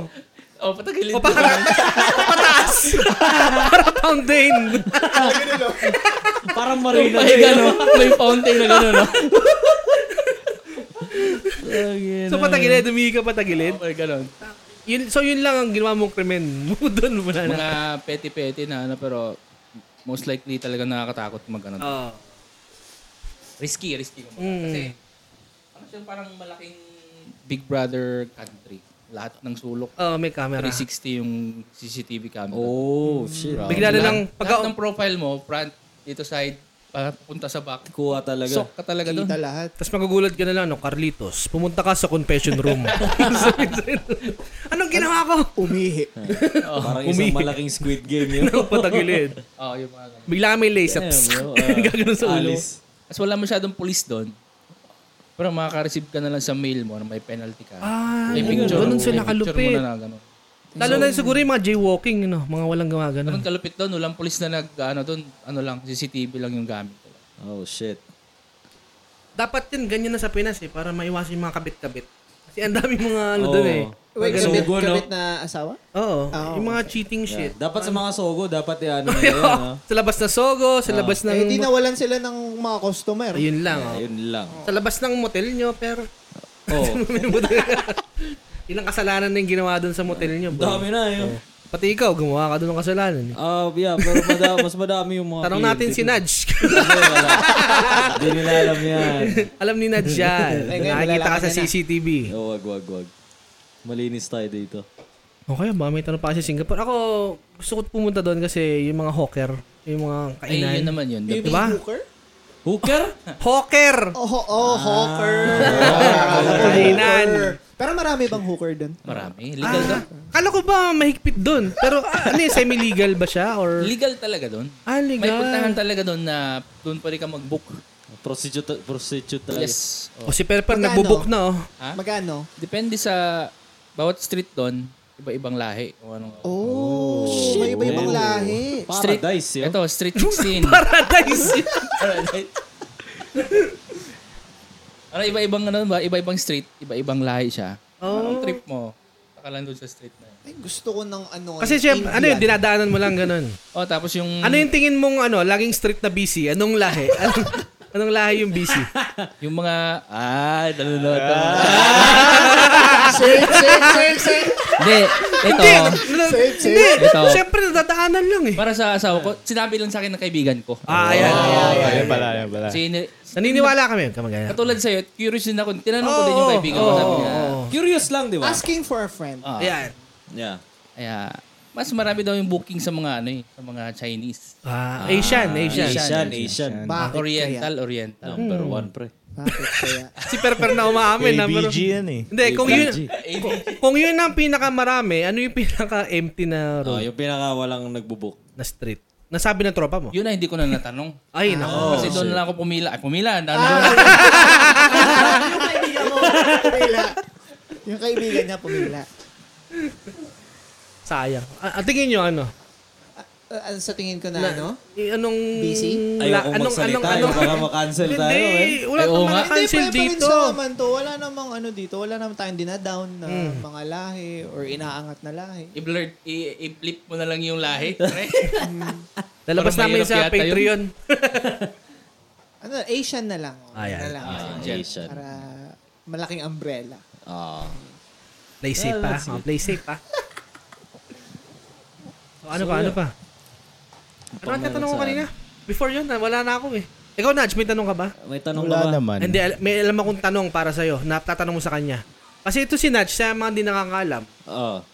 [SPEAKER 4] oh, patagilid
[SPEAKER 1] O
[SPEAKER 4] ko
[SPEAKER 1] para, pataas. para fountain.
[SPEAKER 2] Parang marina.
[SPEAKER 4] May gano, may fountain na gano'n, no?
[SPEAKER 1] so patagilid, umihi ka patagilid.
[SPEAKER 4] May gano'n.
[SPEAKER 1] Yun, so yun lang ang ginawa mong krimen. Doon mo na na.
[SPEAKER 4] Mga petty-petty na, ano, pero most likely talaga nakakatakot mag ano.
[SPEAKER 1] Oo.
[SPEAKER 4] Risky, risky. kumbaga.
[SPEAKER 1] Mm.
[SPEAKER 4] Kasi, ano siya, parang malaking Big Brother country. Lahat ng sulok.
[SPEAKER 1] Oo, Ah, may camera.
[SPEAKER 4] 360 yung CCTV camera.
[SPEAKER 2] Oh, shit.
[SPEAKER 1] Bigla na lang,
[SPEAKER 4] Lahat
[SPEAKER 1] pag
[SPEAKER 4] ng profile mo, front, dito side, pa- punta sa back.
[SPEAKER 2] Kuha talaga.
[SPEAKER 4] Sok ka talaga doon.
[SPEAKER 3] Kita lahat.
[SPEAKER 1] tapos magugulat ka na lang, no, Carlitos, pumunta ka sa confession room. Anong ginawa ko?
[SPEAKER 3] Umihi.
[SPEAKER 2] Ah, Parang isang malaking squid game yun.
[SPEAKER 1] Nang patagilid.
[SPEAKER 4] Oo, yung mga ganun.
[SPEAKER 1] Bigla ka may lace up.
[SPEAKER 2] Damn, ah, no?
[SPEAKER 4] ah.
[SPEAKER 1] Gaganon sa ulo.
[SPEAKER 2] Alis.
[SPEAKER 4] Tapos wala masyadong police doon. Pero makaka-receive ka na lang sa mail mo na may penalty ka.
[SPEAKER 1] Ah,
[SPEAKER 4] may
[SPEAKER 1] ganun,
[SPEAKER 4] picture,
[SPEAKER 1] ganun sila
[SPEAKER 4] may picture
[SPEAKER 1] kalupit.
[SPEAKER 4] mo na na ganun.
[SPEAKER 1] Lalo na yung siguro yung mga jaywalking, no? mga walang gumagano.
[SPEAKER 4] Ganun Ano kalupit doon, walang police na nag, ano doon, ano lang, CCTV lang yung gamit.
[SPEAKER 2] Oh, shit.
[SPEAKER 1] Dapat yun, ganyan na sa Pinas eh, para maiwasan yung mga kabit-kabit. Kasi ang daming mga ano doon eh.
[SPEAKER 3] Wait,
[SPEAKER 2] So,
[SPEAKER 3] kabit,
[SPEAKER 2] go, Oh. no?
[SPEAKER 3] kabit na asawa?
[SPEAKER 1] Oo,
[SPEAKER 3] Ah,
[SPEAKER 1] yung mga cheating shit. ah.
[SPEAKER 2] Dapat sa mga sogo, dapat i-ano na yun. ah. ha?
[SPEAKER 1] sa labas na Sogo, sa labas ng...
[SPEAKER 3] Eh, di nawalan sila ng mga customer.
[SPEAKER 1] Ayun lang. oh.
[SPEAKER 2] Ayun lang.
[SPEAKER 1] Sa labas ng motel nyo, pero...
[SPEAKER 2] Oh,
[SPEAKER 1] Ilang kasalanan na yung ginawa doon sa motel nyo, bro.
[SPEAKER 2] dami na yun.
[SPEAKER 1] Pati ikaw, gumawa ka doon ng kasalanan. eh.
[SPEAKER 2] Ah, yeah, pero mada- mas madami yung mga
[SPEAKER 1] Tanong
[SPEAKER 2] client.
[SPEAKER 1] natin si Nudge.
[SPEAKER 2] Hindi, wala. Hindi nila alam yan.
[SPEAKER 1] Alam ni Nudge yan.
[SPEAKER 3] Ay, ngayon,
[SPEAKER 1] Nakikita ka sa
[SPEAKER 3] malalaman niya na.
[SPEAKER 1] CCTV.
[SPEAKER 2] Oh, wag, wag, wag. Malinis tayo dito.
[SPEAKER 1] Okay, ba may tanong pa kasi Singapore. Ako, gusto ko pumunta doon kasi yung mga hawker, yung mga
[SPEAKER 4] Ay,
[SPEAKER 1] kainan.
[SPEAKER 4] Eh, yun naman yun.
[SPEAKER 1] Di ba?
[SPEAKER 3] Hooker?
[SPEAKER 2] Hooker?
[SPEAKER 1] Hawker!
[SPEAKER 3] Oh, Ah. oh, oh hawker.
[SPEAKER 1] Kainan.
[SPEAKER 3] Pero marami bang hooker doon?
[SPEAKER 4] Marami. Legal
[SPEAKER 1] Ah.
[SPEAKER 4] ka.
[SPEAKER 1] Kala ko ba mahigpit doon? Pero ah, ano yun, semi-legal ba siya? Or...
[SPEAKER 4] Legal talaga doon.
[SPEAKER 1] Ah,
[SPEAKER 4] May
[SPEAKER 1] legal.
[SPEAKER 4] puntahan talaga doon na doon pwede ka mag-book.
[SPEAKER 2] Prostitute, prostitute talaga.
[SPEAKER 4] Yes.
[SPEAKER 1] O Oh, si Perper,
[SPEAKER 3] Magkano?
[SPEAKER 1] nagbubook na oh.
[SPEAKER 4] Ha?
[SPEAKER 3] Magano?
[SPEAKER 4] Depende sa bawat street doon, iba-ibang lahi. O anong,
[SPEAKER 3] Oh, may iba-ibang lahi.
[SPEAKER 2] Paradise yun.
[SPEAKER 4] Ito, Street 16.
[SPEAKER 1] Paradise!
[SPEAKER 4] Ano iba-ibang ano ba? Iba-ibang street, iba-ibang lahi siya.
[SPEAKER 1] Oh.
[SPEAKER 4] Parang trip mo. Taka lang doon sa street na yun.
[SPEAKER 3] Ay, gusto ko ng ano.
[SPEAKER 1] Kasi siya, ano yun, dinadaanan mo lang ganun.
[SPEAKER 4] Oh, tapos yung
[SPEAKER 1] Ano yung tingin mong ano, laging street na busy? Anong lahi? Anong, Anong lahi yung busy?
[SPEAKER 4] Yung mga, ah, nanonood ako.
[SPEAKER 3] Safe, safe, safe, safe.
[SPEAKER 4] Hindi, ito.
[SPEAKER 1] Hindi, nanonood-
[SPEAKER 3] Safe, safe.
[SPEAKER 1] Hindi,
[SPEAKER 4] Ito.
[SPEAKER 1] syempre nadadaanan lang eh.
[SPEAKER 4] Para sa asawa ko, sinabi lang sa akin ng kaibigan ko.
[SPEAKER 1] Ah, ayan.
[SPEAKER 5] Ayan Oh, pala, ayan pala.
[SPEAKER 4] Kasi, ni-
[SPEAKER 1] Naniniwala kami. Kamagaya.
[SPEAKER 4] katulad sa'yo, curious din ako. Tinanong ko
[SPEAKER 1] Oo,
[SPEAKER 4] din yung kaibigan ko.
[SPEAKER 1] oo,
[SPEAKER 4] Sabi niya,
[SPEAKER 1] oo.
[SPEAKER 2] Curious lang,
[SPEAKER 1] Ah.
[SPEAKER 2] di ba?
[SPEAKER 3] Asking for a friend.
[SPEAKER 4] ah,
[SPEAKER 1] Ayan.
[SPEAKER 2] Yeah.
[SPEAKER 4] kaya, mas marami daw yung booking sa mga ano eh, sa mga Chinese.
[SPEAKER 1] Ah, Asian, Asian.
[SPEAKER 2] Asian, Asian.
[SPEAKER 4] Ah,
[SPEAKER 3] Bakit
[SPEAKER 4] Oriental, Oriental.
[SPEAKER 1] Hmm.
[SPEAKER 2] Number one, pre.
[SPEAKER 3] kaya? Bakit kaya?
[SPEAKER 1] Si Perper na umaamin. ah, number-
[SPEAKER 5] ABG yan eh.
[SPEAKER 1] Hindi, kung yun, kung- kung yun ang pinakamarami, ano yung pinaka-empty na
[SPEAKER 2] Oh,
[SPEAKER 1] road,
[SPEAKER 2] yung pinaka walang nagbubuk.
[SPEAKER 1] na street? Nasabi ng tropa mo?
[SPEAKER 4] Yun Ah. na hindi ko na natanong.
[SPEAKER 1] Ay, nako.
[SPEAKER 4] Kasi doon na lang ako pumila. Ay, pumila. Dahil
[SPEAKER 1] Ah.
[SPEAKER 3] Ah, Yung kaibigan mo, pumila. Yung kaibigan niya, pumila.
[SPEAKER 1] Sayang. Ah, ah, tingin nyo ano?
[SPEAKER 3] Uh, ano sa tingin ko na, ano?
[SPEAKER 1] Eh, anong...
[SPEAKER 3] Busy?
[SPEAKER 2] Ayoko
[SPEAKER 1] anong-
[SPEAKER 2] magsalita.
[SPEAKER 1] anong- anong-
[SPEAKER 2] Baka ma-cancel tayo,
[SPEAKER 1] Hindi,
[SPEAKER 2] eh.
[SPEAKER 1] wala
[SPEAKER 4] Ay, oo
[SPEAKER 1] tayong
[SPEAKER 4] nga.
[SPEAKER 1] mga cancel
[SPEAKER 3] Hindi,
[SPEAKER 1] dito.
[SPEAKER 3] pa naman to. Wala namang ano dito. Wala namang tayong dinadown na mga lahi or inaangat na lahi.
[SPEAKER 4] i-blurt, i- i-flip mo na lang yung lahi. pre.
[SPEAKER 1] Lalabas
[SPEAKER 4] Parang
[SPEAKER 1] namin
[SPEAKER 4] mahirap
[SPEAKER 1] sa
[SPEAKER 4] yata yun.
[SPEAKER 1] Patreon.
[SPEAKER 3] Ano, Asian na lang. Oh,
[SPEAKER 1] Ayan.
[SPEAKER 3] Na lang.
[SPEAKER 2] Asian.
[SPEAKER 3] Para malaking umbrella.
[SPEAKER 2] Ah.
[SPEAKER 1] Play safe pa. Oh, play safe pa. O, ano pa, ano pa? Ano ang tatanong ko kanina? Before yun, ah, wala na ako eh. Ikaw, Nudge, may tanong ka ba?
[SPEAKER 2] May tanong
[SPEAKER 5] Wala
[SPEAKER 2] ka ba?
[SPEAKER 5] naman.
[SPEAKER 1] Hindi, al- may alam akong tanong para sa'yo. Natatanong mo sa kanya. Kasi ito si Nudge, sa mga hindi nakakaalam,
[SPEAKER 2] Oo.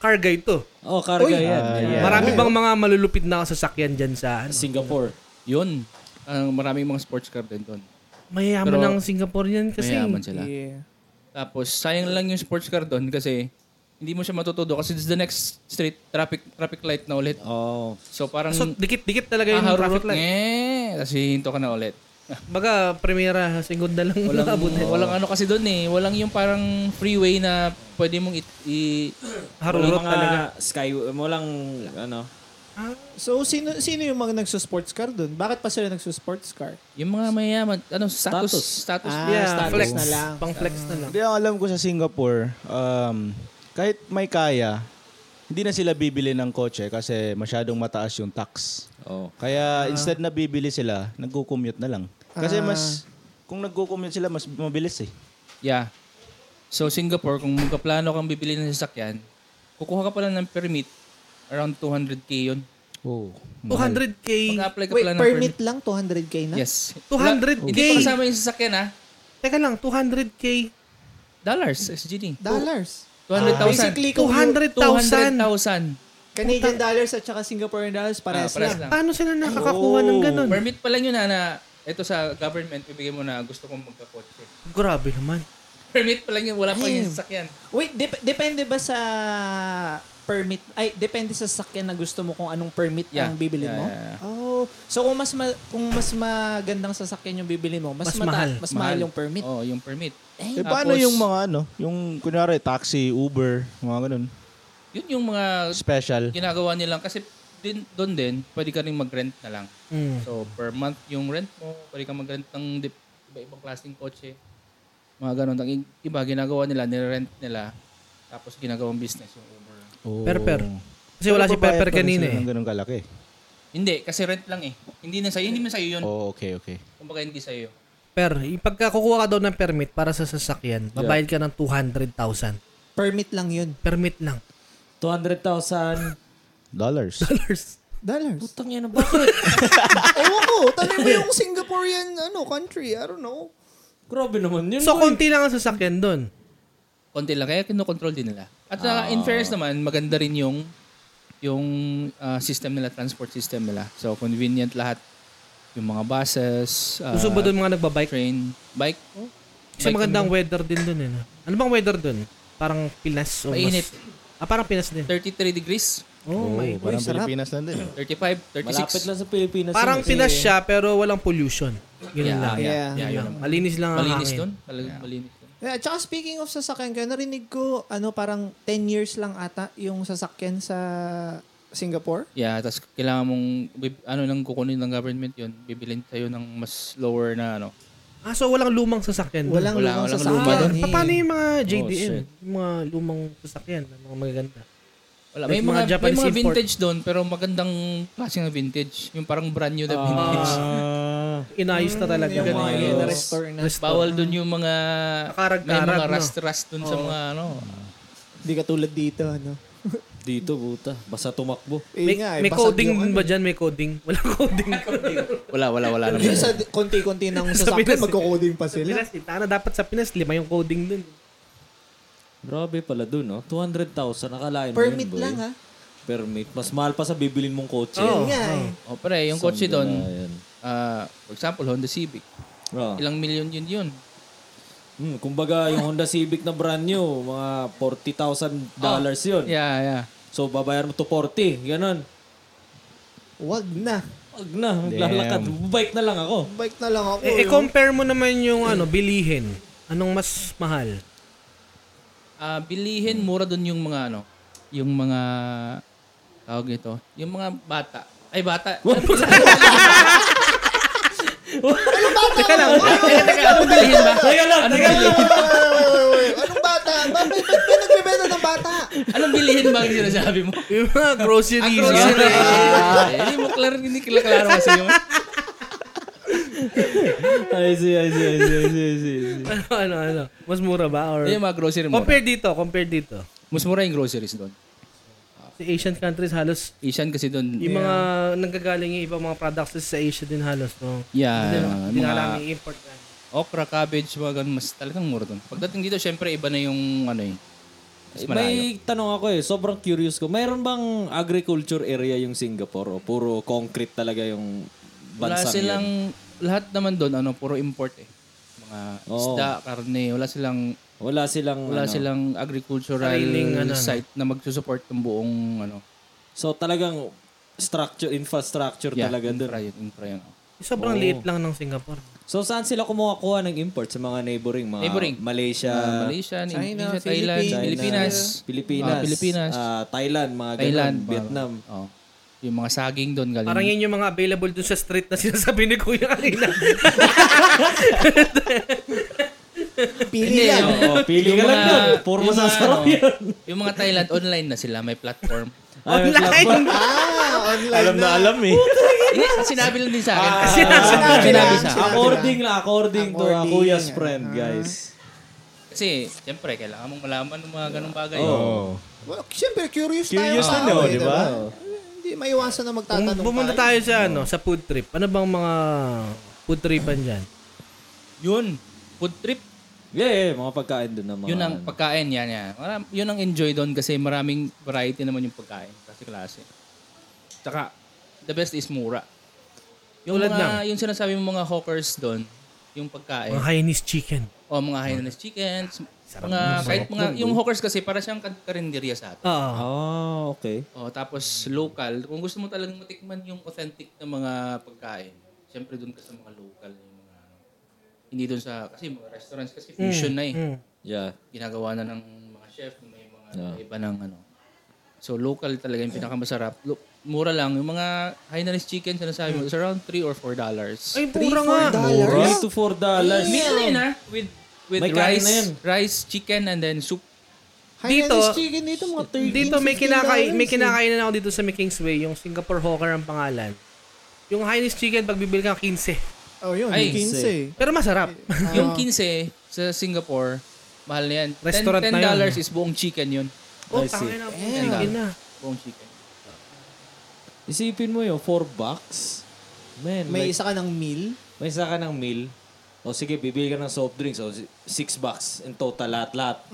[SPEAKER 1] car guy to.
[SPEAKER 2] Ah. Oh, karga yan.
[SPEAKER 5] Ah,
[SPEAKER 2] Yeah.
[SPEAKER 5] yeah.
[SPEAKER 1] Marami bang mga malulupit na sasakyan dyan sa... Ano?
[SPEAKER 2] Singapore.
[SPEAKER 4] Yun. Ang maraming mga sports car din doon.
[SPEAKER 1] Mayayaman
[SPEAKER 4] Pero-
[SPEAKER 1] ng Singaporean kasi.
[SPEAKER 4] Mayaman sila.
[SPEAKER 3] Yeah.
[SPEAKER 4] Tapos, sayang lang yung sports car doon kasi hindi mo siya matutudo kasi it's the next street traffic traffic light na ulit.
[SPEAKER 2] Oh.
[SPEAKER 4] So, parang
[SPEAKER 1] So, dikit-dikit talaga yung traffic
[SPEAKER 4] kaharurot
[SPEAKER 1] light.
[SPEAKER 4] eh. Kasi hinto ka na ulit.
[SPEAKER 1] Baga, premiera, segunda lang walang abutin.
[SPEAKER 4] Walang ano kasi doon eh. Walang yung parang freeway na pwede mong i- i-
[SPEAKER 1] Harurot
[SPEAKER 2] Walang mga
[SPEAKER 1] talaga.
[SPEAKER 2] Sky, walang ano.
[SPEAKER 3] So, sino sino yung mga nagsusports car dun? Bakit pa sila nagsusports car?
[SPEAKER 4] yung mga mayaman, ano, status.
[SPEAKER 2] Status.
[SPEAKER 4] Status.
[SPEAKER 3] Ah,
[SPEAKER 1] Yeah,
[SPEAKER 3] status
[SPEAKER 1] flex.
[SPEAKER 3] na lang.
[SPEAKER 1] Pang flex na lang.
[SPEAKER 5] Hindi, ang alam ko sa Singapore, um, kahit may kaya, hindi na sila bibili ng kotse kasi masyadong mataas yung tax.
[SPEAKER 2] Oh.
[SPEAKER 1] Ah.
[SPEAKER 5] Kaya instead na bibili sila, nagko-commute na lang. Kasi mas, kung nagko-commute sila, mas mabilis eh.
[SPEAKER 4] Yeah. So, Singapore, kung magkaplano kang bibili ng sasakyan, kukuha ka pala ng permit, around 200k yun.
[SPEAKER 5] Oh.
[SPEAKER 1] 200k.
[SPEAKER 4] Mag-apply ka
[SPEAKER 3] Wait,
[SPEAKER 4] pala ng permit.
[SPEAKER 3] permit lang? 200k na?
[SPEAKER 4] Yes.
[SPEAKER 1] 200K.
[SPEAKER 4] Hindi pa kasama yung sasakyan ah. ha.
[SPEAKER 1] Teka lang, 200k.
[SPEAKER 4] Dollars, SGD.
[SPEAKER 3] Dollars.
[SPEAKER 4] 200,000.
[SPEAKER 3] Ah, Basically, kung
[SPEAKER 1] 200,000.
[SPEAKER 4] 200,000.
[SPEAKER 3] Canadian dollars at saka Singaporean dollars,
[SPEAKER 4] Ah,
[SPEAKER 3] parehas
[SPEAKER 4] pares
[SPEAKER 3] lang.
[SPEAKER 4] Ah, lang.
[SPEAKER 1] Paano sila nakakakuha
[SPEAKER 5] Oh.
[SPEAKER 1] ng ganun?
[SPEAKER 4] Permit pa lang yun ha, na ito sa government, ibigay mo na gusto kong magkakotse.
[SPEAKER 1] Grabe naman.
[SPEAKER 4] Permit pa lang yun, wala pa yung sasakyan.
[SPEAKER 3] Wait, dep- depende ba sa permit? Ay, depende sa sasakyan na gusto mo kung anong permit
[SPEAKER 4] Yeah.
[SPEAKER 3] ang bibilin
[SPEAKER 4] Yeah,
[SPEAKER 3] mo?
[SPEAKER 4] yeah,
[SPEAKER 3] Oh, so kung mas ma- kung mas magandang sasakyan yung bibilin mo, mas,
[SPEAKER 1] Mas
[SPEAKER 3] mata-
[SPEAKER 1] mahal.
[SPEAKER 3] mas mahal yung permit.
[SPEAKER 4] Oo, Oh, yung permit.
[SPEAKER 5] Eh, paano
[SPEAKER 4] Tapos-
[SPEAKER 5] yung mga ano? Yung kunwari, taxi, Uber, mga ganun.
[SPEAKER 4] Yun yung mga
[SPEAKER 5] Special.
[SPEAKER 4] ginagawa nilang kasi din, doon din, pwede ka rin mag-rent na lang.
[SPEAKER 1] Mm.
[SPEAKER 4] So, per month yung rent mo, pwede ka mag-rent ng dip- iba-ibang klaseng kotse. Mga ganun. Ang i- iba, ginagawa nila, nirent nila, tapos ginagawang business yung Uber.
[SPEAKER 5] Oh.
[SPEAKER 1] Per per. Kasi wala si Pepper kanina eh.
[SPEAKER 5] Ng ganun kalaki.
[SPEAKER 4] Hindi, kasi rent lang eh. Hindi na sa'yo, hindi man sa'yo yun.
[SPEAKER 5] Oh, okay, okay.
[SPEAKER 4] Kumbaga hindi sa'yo.
[SPEAKER 1] Per, pagka kukuha ka daw ng permit para sa sasakyan, babayad ka ng 200,000.
[SPEAKER 3] Permit lang yun.
[SPEAKER 1] Permit lang.
[SPEAKER 2] 200,000.
[SPEAKER 5] Dollars.
[SPEAKER 1] Dollars.
[SPEAKER 3] Dollars.
[SPEAKER 2] Putang yan, bakit?
[SPEAKER 3] Ewan ko, tanong mo yung Singaporean ano, country. I don't know.
[SPEAKER 2] Grabe naman yun.
[SPEAKER 1] So,
[SPEAKER 2] boy.
[SPEAKER 1] konti lang ang sasakyan doon.
[SPEAKER 4] Konti lang, kaya kinokontrol din nila. At uh, in fairness naman, maganda rin yung yung uh, system nila, transport system nila. So, convenient lahat. Yung mga buses, uh,
[SPEAKER 1] Gusto ba doon mga nagbabike?
[SPEAKER 4] train, bike.
[SPEAKER 1] Kasi magandang weather din doon eh. no? Ano bang weather doon? Parang Pinas o mas-
[SPEAKER 4] Mainit.
[SPEAKER 1] Ah, parang Pinas din.
[SPEAKER 4] 33 degrees,
[SPEAKER 1] Oh, my God.
[SPEAKER 5] Parang Pilipinas lang din. eh.
[SPEAKER 4] 35, 36.
[SPEAKER 2] Malapit lang sa Pilipinas.
[SPEAKER 1] Parang
[SPEAKER 2] yun,
[SPEAKER 1] Pinas
[SPEAKER 2] kasi-
[SPEAKER 1] siya pero walang pollution. Yun lang. Ah,
[SPEAKER 4] Yeah,
[SPEAKER 3] Yeah.
[SPEAKER 4] yeah, yun.
[SPEAKER 1] Yun lang. Malinis lang ang
[SPEAKER 4] Malinis
[SPEAKER 1] hangin.
[SPEAKER 4] doon. Talagang malinis doon.
[SPEAKER 3] Yeah, at saka speaking of sasakyan, kaya narinig ko ano parang 10 years lang ata yung sasakyan sa Singapore.
[SPEAKER 4] Yeah, tapos kailangan mong, bib- ano nang kukunin ng government yun, bibilin sa'yo ng mas lower na ano.
[SPEAKER 1] Ah, so walang lumang sasakyan doon?
[SPEAKER 3] Walang
[SPEAKER 4] Hmm. Wala,
[SPEAKER 3] lumang
[SPEAKER 4] walang
[SPEAKER 3] sasakyan.
[SPEAKER 4] luma
[SPEAKER 1] Ah,
[SPEAKER 4] doon.
[SPEAKER 3] eh.
[SPEAKER 1] paano yung mga JDM?
[SPEAKER 4] shit.
[SPEAKER 1] yung mga lumang sasakyan, yung mga magaganda.
[SPEAKER 4] Wala.
[SPEAKER 1] Like
[SPEAKER 4] May
[SPEAKER 1] mga
[SPEAKER 4] mga, may
[SPEAKER 1] Japanese
[SPEAKER 4] mga
[SPEAKER 1] import.
[SPEAKER 4] vintage doon, pero magandang klase ng vintage. Yung parang brand new na vintage.
[SPEAKER 2] Ah.
[SPEAKER 1] inayos na talaga.
[SPEAKER 3] mga
[SPEAKER 1] Ganun.
[SPEAKER 3] yun, na-restore na.
[SPEAKER 4] Bawal dun yung mga may
[SPEAKER 1] Nakarag-karag,
[SPEAKER 4] mga
[SPEAKER 1] no?
[SPEAKER 4] rust-rust dun sa mga ano.
[SPEAKER 3] Hindi katulad dito, ano.
[SPEAKER 2] Dito, buta. Basta tumakbo.
[SPEAKER 3] Eh,
[SPEAKER 1] May,
[SPEAKER 3] nga, eh,
[SPEAKER 1] may
[SPEAKER 3] basag
[SPEAKER 1] coding
[SPEAKER 3] yung ano.
[SPEAKER 1] ba dyan? May coding? Walang coding.
[SPEAKER 4] Wala, wala, wala
[SPEAKER 3] Yung
[SPEAKER 4] naman.
[SPEAKER 3] sa konti-konti ng
[SPEAKER 1] Sa Pinas-
[SPEAKER 3] sasakyan, magko-coding pa
[SPEAKER 1] Sa
[SPEAKER 3] sila.
[SPEAKER 1] Pinas, itana, dapat sa Pinas, lima yung coding dun.
[SPEAKER 2] Grabe pala dun, oh. no? 200,000. Nakalain mo
[SPEAKER 3] Permit
[SPEAKER 2] yun, boy.
[SPEAKER 3] lang, ha?
[SPEAKER 2] Permit. Mas mahal pa sa bibilin mong kotse.
[SPEAKER 3] Yun nga, eh.
[SPEAKER 4] O Oh, pre, yung kotse doon,
[SPEAKER 2] Ah, yan.
[SPEAKER 4] ah, for example, Honda Civic.
[SPEAKER 2] Ah.
[SPEAKER 4] Ilang milyon yun yun.
[SPEAKER 2] Hmm, kumbaga, yung Honda Civic na brand new, mga 40,000 dollars yun.
[SPEAKER 4] Yeah, yeah.
[SPEAKER 2] So, babayar mo to 40. Ganon.
[SPEAKER 3] Wag na.
[SPEAKER 2] Wag na, maglalakad. Bike na lang ako.
[SPEAKER 3] Bike na lang ako.
[SPEAKER 1] Eh, eh,
[SPEAKER 3] yun.
[SPEAKER 1] compare mo naman yung ano, bilihin. Anong mas mahal?
[SPEAKER 4] Ah, bilihin, mura doon yung mga ano, yung mga, tawag ito, yung mga bata. Ay, bata.
[SPEAKER 1] Teka lang.
[SPEAKER 4] Teka, teka, ano bilihin ba?
[SPEAKER 2] Teka lang,
[SPEAKER 4] Ano
[SPEAKER 2] teka lang.
[SPEAKER 4] bilihin?
[SPEAKER 3] Wait, wait, wait, wait. Anong bata? Bakit ba't ba nagbebenta ng bata?
[SPEAKER 4] Anong bilihin ba ang sinasabi mo?
[SPEAKER 1] Yung mga groceries. Ano,
[SPEAKER 4] Ang
[SPEAKER 1] yun.
[SPEAKER 4] grocery. Eh, Hindi mo klaro, hindi kila klaro kasi yun.
[SPEAKER 2] I see, I see, I see, I see, I see.
[SPEAKER 1] ano, ano, ano? Mas mura ba? Or...
[SPEAKER 4] Eh, Yung mga grocery mo.
[SPEAKER 1] Compare dito, compare dito.
[SPEAKER 4] Mas mura yung groceries doon.
[SPEAKER 1] Sa Asian countries, halos
[SPEAKER 4] Asian kasi doon.
[SPEAKER 1] yung mga nanggagaling yung ibang mga products sa Asia din halos. No?
[SPEAKER 4] Yeah,
[SPEAKER 1] Hindi na
[SPEAKER 4] mga
[SPEAKER 1] kailangan i-import na.
[SPEAKER 4] okra, cabbage, mga ganun, mas talagang mura doon. Pagdating dito, syempre iba na yung ano eh. Mas malayo.
[SPEAKER 2] May tanong ako eh, sobrang curious ko. Mayroon bang agriculture area yung Singapore o puro concrete talaga yung
[SPEAKER 4] Wala
[SPEAKER 2] bansa
[SPEAKER 4] silang, lahat naman doon, ano, puro import eh. Mga isda, karne, wala silang,
[SPEAKER 2] Wala silang
[SPEAKER 4] wala
[SPEAKER 2] ano.
[SPEAKER 4] silang agricultural site na magsusupport ng buong, ano,
[SPEAKER 2] So talagang structure, infrastructure
[SPEAKER 4] yeah,
[SPEAKER 2] talaga doon.
[SPEAKER 4] infra yun, infra yun.
[SPEAKER 1] Sobrang liit lang ng Singapore.
[SPEAKER 2] So saan sila kumukuha ng import sa mga neighboring mga
[SPEAKER 4] Neighboring.
[SPEAKER 2] Malaysia,
[SPEAKER 4] Ah, Malaysia, Indonesia, Thailand,
[SPEAKER 3] Philippines,
[SPEAKER 4] Pilipinas,
[SPEAKER 2] Pilipinas,
[SPEAKER 4] Ah, Pilipinas.
[SPEAKER 2] ah, Thailand, mga
[SPEAKER 4] Thailand,
[SPEAKER 2] ganun, Vietnam.
[SPEAKER 4] oh, yung mga saging doon galing.
[SPEAKER 1] Parang yun yung mga available dun sa street na sinasabi ni Kuya kanina.
[SPEAKER 3] Pili lang.
[SPEAKER 2] Oo, pili ka
[SPEAKER 4] Yung
[SPEAKER 2] lang
[SPEAKER 4] mga-
[SPEAKER 2] doon. Puro
[SPEAKER 4] yung mga,
[SPEAKER 2] masasarap
[SPEAKER 4] ano,
[SPEAKER 2] yun.
[SPEAKER 4] Yung mga Thailand, online na sila, may platform.
[SPEAKER 1] Online!
[SPEAKER 3] Ah, online
[SPEAKER 5] Alam na
[SPEAKER 3] na.
[SPEAKER 5] alam eh.
[SPEAKER 4] Hindi, sinabi lang din sa akin.
[SPEAKER 2] Ah.
[SPEAKER 3] sinabi
[SPEAKER 4] sinabi
[SPEAKER 3] lang.
[SPEAKER 4] sa akin.
[SPEAKER 2] According lang, according to ah,
[SPEAKER 3] According.
[SPEAKER 2] Kuya's friend, guys.
[SPEAKER 4] Kasi, siyempre, kailangan mong malaman ng mga ganong bagay.
[SPEAKER 2] Oh.
[SPEAKER 5] Oo.
[SPEAKER 3] Well, siyempre, curious,
[SPEAKER 5] Curious
[SPEAKER 3] tayo.
[SPEAKER 5] na, no,
[SPEAKER 3] eh,
[SPEAKER 5] di ba?
[SPEAKER 3] Hindi maiwasan na
[SPEAKER 1] Kung
[SPEAKER 3] magtatanong
[SPEAKER 1] pumunta tayo
[SPEAKER 3] tayo.
[SPEAKER 1] sa, ano, sa food trip, ano bang mga food tripan dyan?
[SPEAKER 4] Yun, food trip.
[SPEAKER 2] Yeah, yeah, mga pagkain doon naman.
[SPEAKER 4] Yun ang pagkain, yan, yan. Maram- yun ang enjoy doon kasi maraming variety naman yung pagkain. Kasi klase. Tsaka, the best is mura. Yung
[SPEAKER 1] Tulad
[SPEAKER 4] mga, yung sinasabi mong mga hawkers doon, yung pagkain.
[SPEAKER 1] Mga Chinese chicken.
[SPEAKER 4] O mga Hainanese chickens, mga, kahit mga, yung
[SPEAKER 2] eh.
[SPEAKER 4] hawkers kasi para siyang kan- karinderya sa atin.
[SPEAKER 1] Oo.
[SPEAKER 2] Ah, okay.
[SPEAKER 4] O, tapos local, kung gusto mo talagang matikman yung authentic na mga pagkain, siyempre doon ka sa mga local, yung mga, ano, hindi doon sa, kasi mga restaurants kasi fusion na eh.
[SPEAKER 2] Yeah.
[SPEAKER 4] Ginagawa na ng mga chef, may mga iba ng ano. So local talaga yung pinakamasarap. Lo- mura lang. Yung mga Hainanese chicken, sinasabi ano mo, it's around 3 or 4 dollars.
[SPEAKER 1] Ay, pura nga.
[SPEAKER 2] 3 to 4 dollars.
[SPEAKER 4] Meal na yun ah, with, with
[SPEAKER 2] May kain
[SPEAKER 4] rice,
[SPEAKER 2] na yun.
[SPEAKER 4] rice, chicken, and then soup.
[SPEAKER 3] Dito,
[SPEAKER 1] Dito-
[SPEAKER 3] chicken dito, mga 13,
[SPEAKER 1] Dito may
[SPEAKER 3] 15
[SPEAKER 1] kinakain, may
[SPEAKER 3] dollars, eh.
[SPEAKER 1] kinakainan ako dito sa May Kingsway, yung Singapore Hawker ang pangalan. Yung Chinese chicken, pag bibili ka 15.
[SPEAKER 3] Oh, yun,
[SPEAKER 4] Ay,
[SPEAKER 3] 15.
[SPEAKER 1] Pero masarap.
[SPEAKER 4] yung 15 sa Singapore, mahal na yan.
[SPEAKER 1] Restaurant na
[SPEAKER 4] $10,
[SPEAKER 1] yun.
[SPEAKER 4] dollars is buong chicken yun.
[SPEAKER 1] oh, tangin na. Tangin na.
[SPEAKER 4] Buong chicken.
[SPEAKER 2] Isipin mo yun, 4 bucks. Man, may,
[SPEAKER 3] May
[SPEAKER 2] like,
[SPEAKER 3] isa ka ng meal.
[SPEAKER 2] may isa ka ng meal. O sige, bibili ka ng soft drinks. O 6 bucks in total lahat-lahat.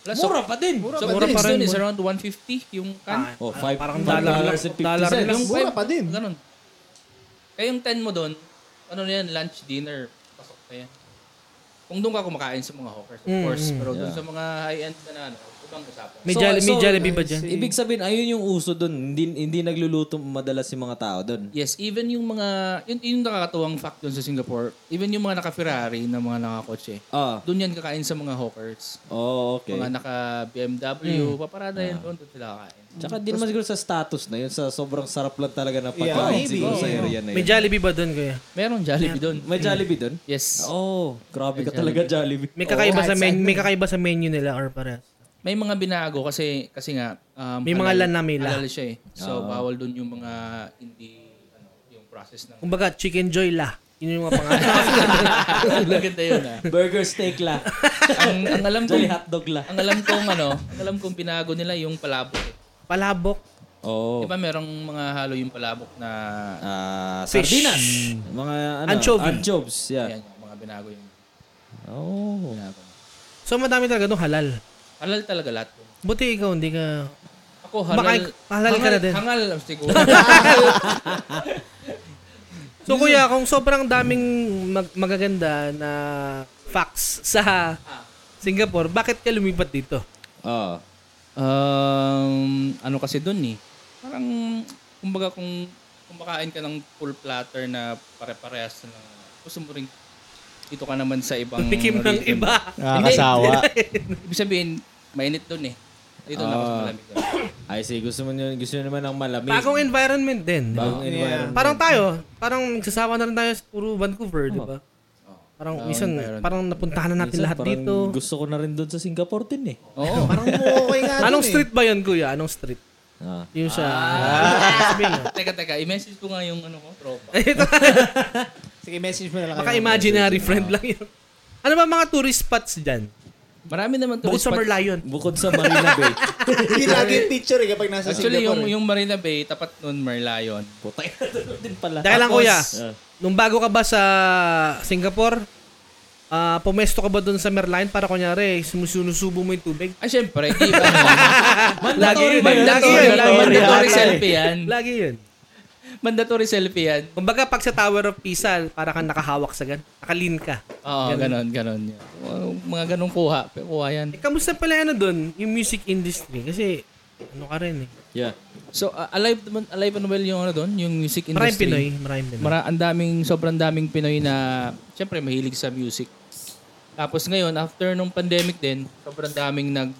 [SPEAKER 4] Plus,
[SPEAKER 2] Mura pa Ah. din.
[SPEAKER 4] so, mura pa rin. is around 150 yung kan.
[SPEAKER 2] O, 5
[SPEAKER 1] Parang dollar lang.
[SPEAKER 2] dollars and 50
[SPEAKER 1] Dollar
[SPEAKER 2] cents.
[SPEAKER 1] lang.
[SPEAKER 3] Mura pa din.
[SPEAKER 4] Ganun. Kaya yung 10 mo doon, ano na yan, lunch, dinner, pasok na yan. Kung doon ka kumakain sa mga hawkers, of course. Pero doon sa mga high-end na na, ano, ibang usapan.
[SPEAKER 1] May,
[SPEAKER 2] So,
[SPEAKER 1] Jolli- may
[SPEAKER 2] so,
[SPEAKER 1] Jollibee ba dyan?
[SPEAKER 2] Ibig sabihin, ayun yung uso doon. Hindi, hindi nagluluto madalas yung mga tao doon.
[SPEAKER 4] Yes, even yung mga, yun, yun yung nakakatuwang fact doon sa Singapore, even yung mga naka-Ferrari na mga nakakotse,
[SPEAKER 2] Ah,
[SPEAKER 4] doon yan kakain sa mga hawkers.
[SPEAKER 2] oh, okay.
[SPEAKER 4] Mga naka-BMW,
[SPEAKER 1] Hmm.
[SPEAKER 4] paparada
[SPEAKER 1] Ah.
[SPEAKER 4] yan doon, doon sila kakain.
[SPEAKER 2] Tsaka din naman siguro sa status na yun, sa sobrang sarap lang talaga na pagkain
[SPEAKER 3] maybe.
[SPEAKER 2] siguro sa area na
[SPEAKER 1] May
[SPEAKER 2] yun.
[SPEAKER 1] Jollibee ba doon, kuya?
[SPEAKER 4] Meron Jollibee doon.
[SPEAKER 2] May Jollibee doon?
[SPEAKER 4] Yes.
[SPEAKER 2] Oh, grabe ka talaga Jollibee.
[SPEAKER 1] May kakaiba sa menu, may kakaiba sa menu nila or parehas.
[SPEAKER 4] May mga binago kasi kasi nga um,
[SPEAKER 1] May mga
[SPEAKER 4] halal-
[SPEAKER 1] lanamila.
[SPEAKER 4] halal siya eh. So bawal doon yung mga hindi ano, yung process ng...
[SPEAKER 1] Kumbaga, Chicken Joy La. Yun yung mga pangalan.
[SPEAKER 4] Maganda yun ah.
[SPEAKER 2] Burger steak la.
[SPEAKER 4] Ang, ang alam ko,
[SPEAKER 2] Jolly hotdog la.
[SPEAKER 4] ang alam kong ano, ang alam kong pinago nila yung palabok. eh.
[SPEAKER 1] Palabok.
[SPEAKER 2] Oo.
[SPEAKER 1] Oh.
[SPEAKER 4] Di ba merong mga halo yung palabok na
[SPEAKER 2] Ah,
[SPEAKER 1] Fish.
[SPEAKER 2] sardinas. Mga ano,
[SPEAKER 1] Anchovy.
[SPEAKER 2] anchovies. Yeah.
[SPEAKER 4] yan, yung mga binago yung
[SPEAKER 2] Oh.
[SPEAKER 4] binago.
[SPEAKER 1] So, madami talaga itong halal.
[SPEAKER 4] Halal talaga lahat. yun.
[SPEAKER 1] Buti ikaw, hindi ka...
[SPEAKER 4] Ako halal.
[SPEAKER 1] Baka ik- halal ka na din.
[SPEAKER 4] Hangal siguro.
[SPEAKER 1] So, kuya, kung sobrang daming mag- magaganda na facts sa Singapore, bakit ka lumipat dito?
[SPEAKER 2] Oo.
[SPEAKER 4] um, ano kasi doon eh. Parang kumbaga kung kumakain ka ng full platter na pare-parehas na gusto mo rin dito ka naman sa ibang
[SPEAKER 2] Hmm,
[SPEAKER 1] Pikim ng
[SPEAKER 4] rhythm.
[SPEAKER 1] iba.
[SPEAKER 2] Ah,
[SPEAKER 5] Nakakasawa.
[SPEAKER 4] Ibig sabihin, mainit doon eh. Dito na mas
[SPEAKER 2] Ah.
[SPEAKER 4] malamig. doon.
[SPEAKER 2] I see. Gusto mo nyo, gusto nyo naman ng malamig. ano,
[SPEAKER 1] Bagong environment din. di ba?
[SPEAKER 2] Bagong environment.
[SPEAKER 1] Parang tayo, parang nagsasawa na rin tayo sa puro Vancouver, di ba? Parang minsan, parang napuntahan na natin
[SPEAKER 2] Oh. Minsan,
[SPEAKER 1] lahat
[SPEAKER 2] parang
[SPEAKER 1] dito.
[SPEAKER 2] Gusto ko na rin doon sa Singapore din eh.
[SPEAKER 4] Oo.
[SPEAKER 3] Parang okay nga
[SPEAKER 1] Anong
[SPEAKER 3] dun eh.
[SPEAKER 1] street ba yun, kuya? Anong street?
[SPEAKER 2] Ah.
[SPEAKER 1] Yung sa... Sabihin mo.
[SPEAKER 4] teka, teka. I-message ko nga yung ano ko, tropa.
[SPEAKER 1] Ito,
[SPEAKER 3] Sige, message mo na lang
[SPEAKER 1] Baka
[SPEAKER 3] kayo.
[SPEAKER 1] imaginary friend lang yun. Ano ba mga tourist spots dyan?
[SPEAKER 4] Marami naman
[SPEAKER 1] Bukod
[SPEAKER 4] tourist
[SPEAKER 1] sa
[SPEAKER 4] spots.
[SPEAKER 1] Merlion.
[SPEAKER 2] Bukod sa Marina Bay.
[SPEAKER 3] Hindi lagi yung picture eh kapag nasa
[SPEAKER 4] Actually, yung,
[SPEAKER 3] Singapore. eh.
[SPEAKER 4] yung Marina Bay, tapat nun, Merlion.
[SPEAKER 2] Putay na doon din pala.
[SPEAKER 1] Dahil lang,
[SPEAKER 2] Tapos,
[SPEAKER 1] kuya.
[SPEAKER 2] ah,
[SPEAKER 1] Nung bago ka ba sa Singapore, ah pumesto ka ba doon sa Merlion para kunyari, sumusunusubo mo yung tubig?
[SPEAKER 4] Ah, syempre, di ba? mandatory,
[SPEAKER 1] ba yun? Mandatory
[SPEAKER 4] mandatory, mandatory, mandatory
[SPEAKER 1] yata eh.
[SPEAKER 4] selfie yan.
[SPEAKER 1] Lagi yun.
[SPEAKER 4] Mandatory selfie yan.
[SPEAKER 1] Kumbaga, pag sa Tower of Pisa, para kang nakahawak sa gan. Nakalin ka.
[SPEAKER 4] Oo, Ah, ganon, ganon. yan. Mga ganong kuha. Kuha yan.
[SPEAKER 1] Eh, kamusta pala ano doon, yung music industry? Kasi, ano ka rin eh.
[SPEAKER 2] Yeah.
[SPEAKER 4] So, uh, alive, naman- alive and well yung ano doon, yung music industry.
[SPEAKER 1] Maraming Pinoy. Maraming Pinoy.
[SPEAKER 4] Mara, ang daming, sobrang daming Pinoy na, syempre, mahilig sa music. Tapos ngayon, after nung pandemic din, sobrang daming nag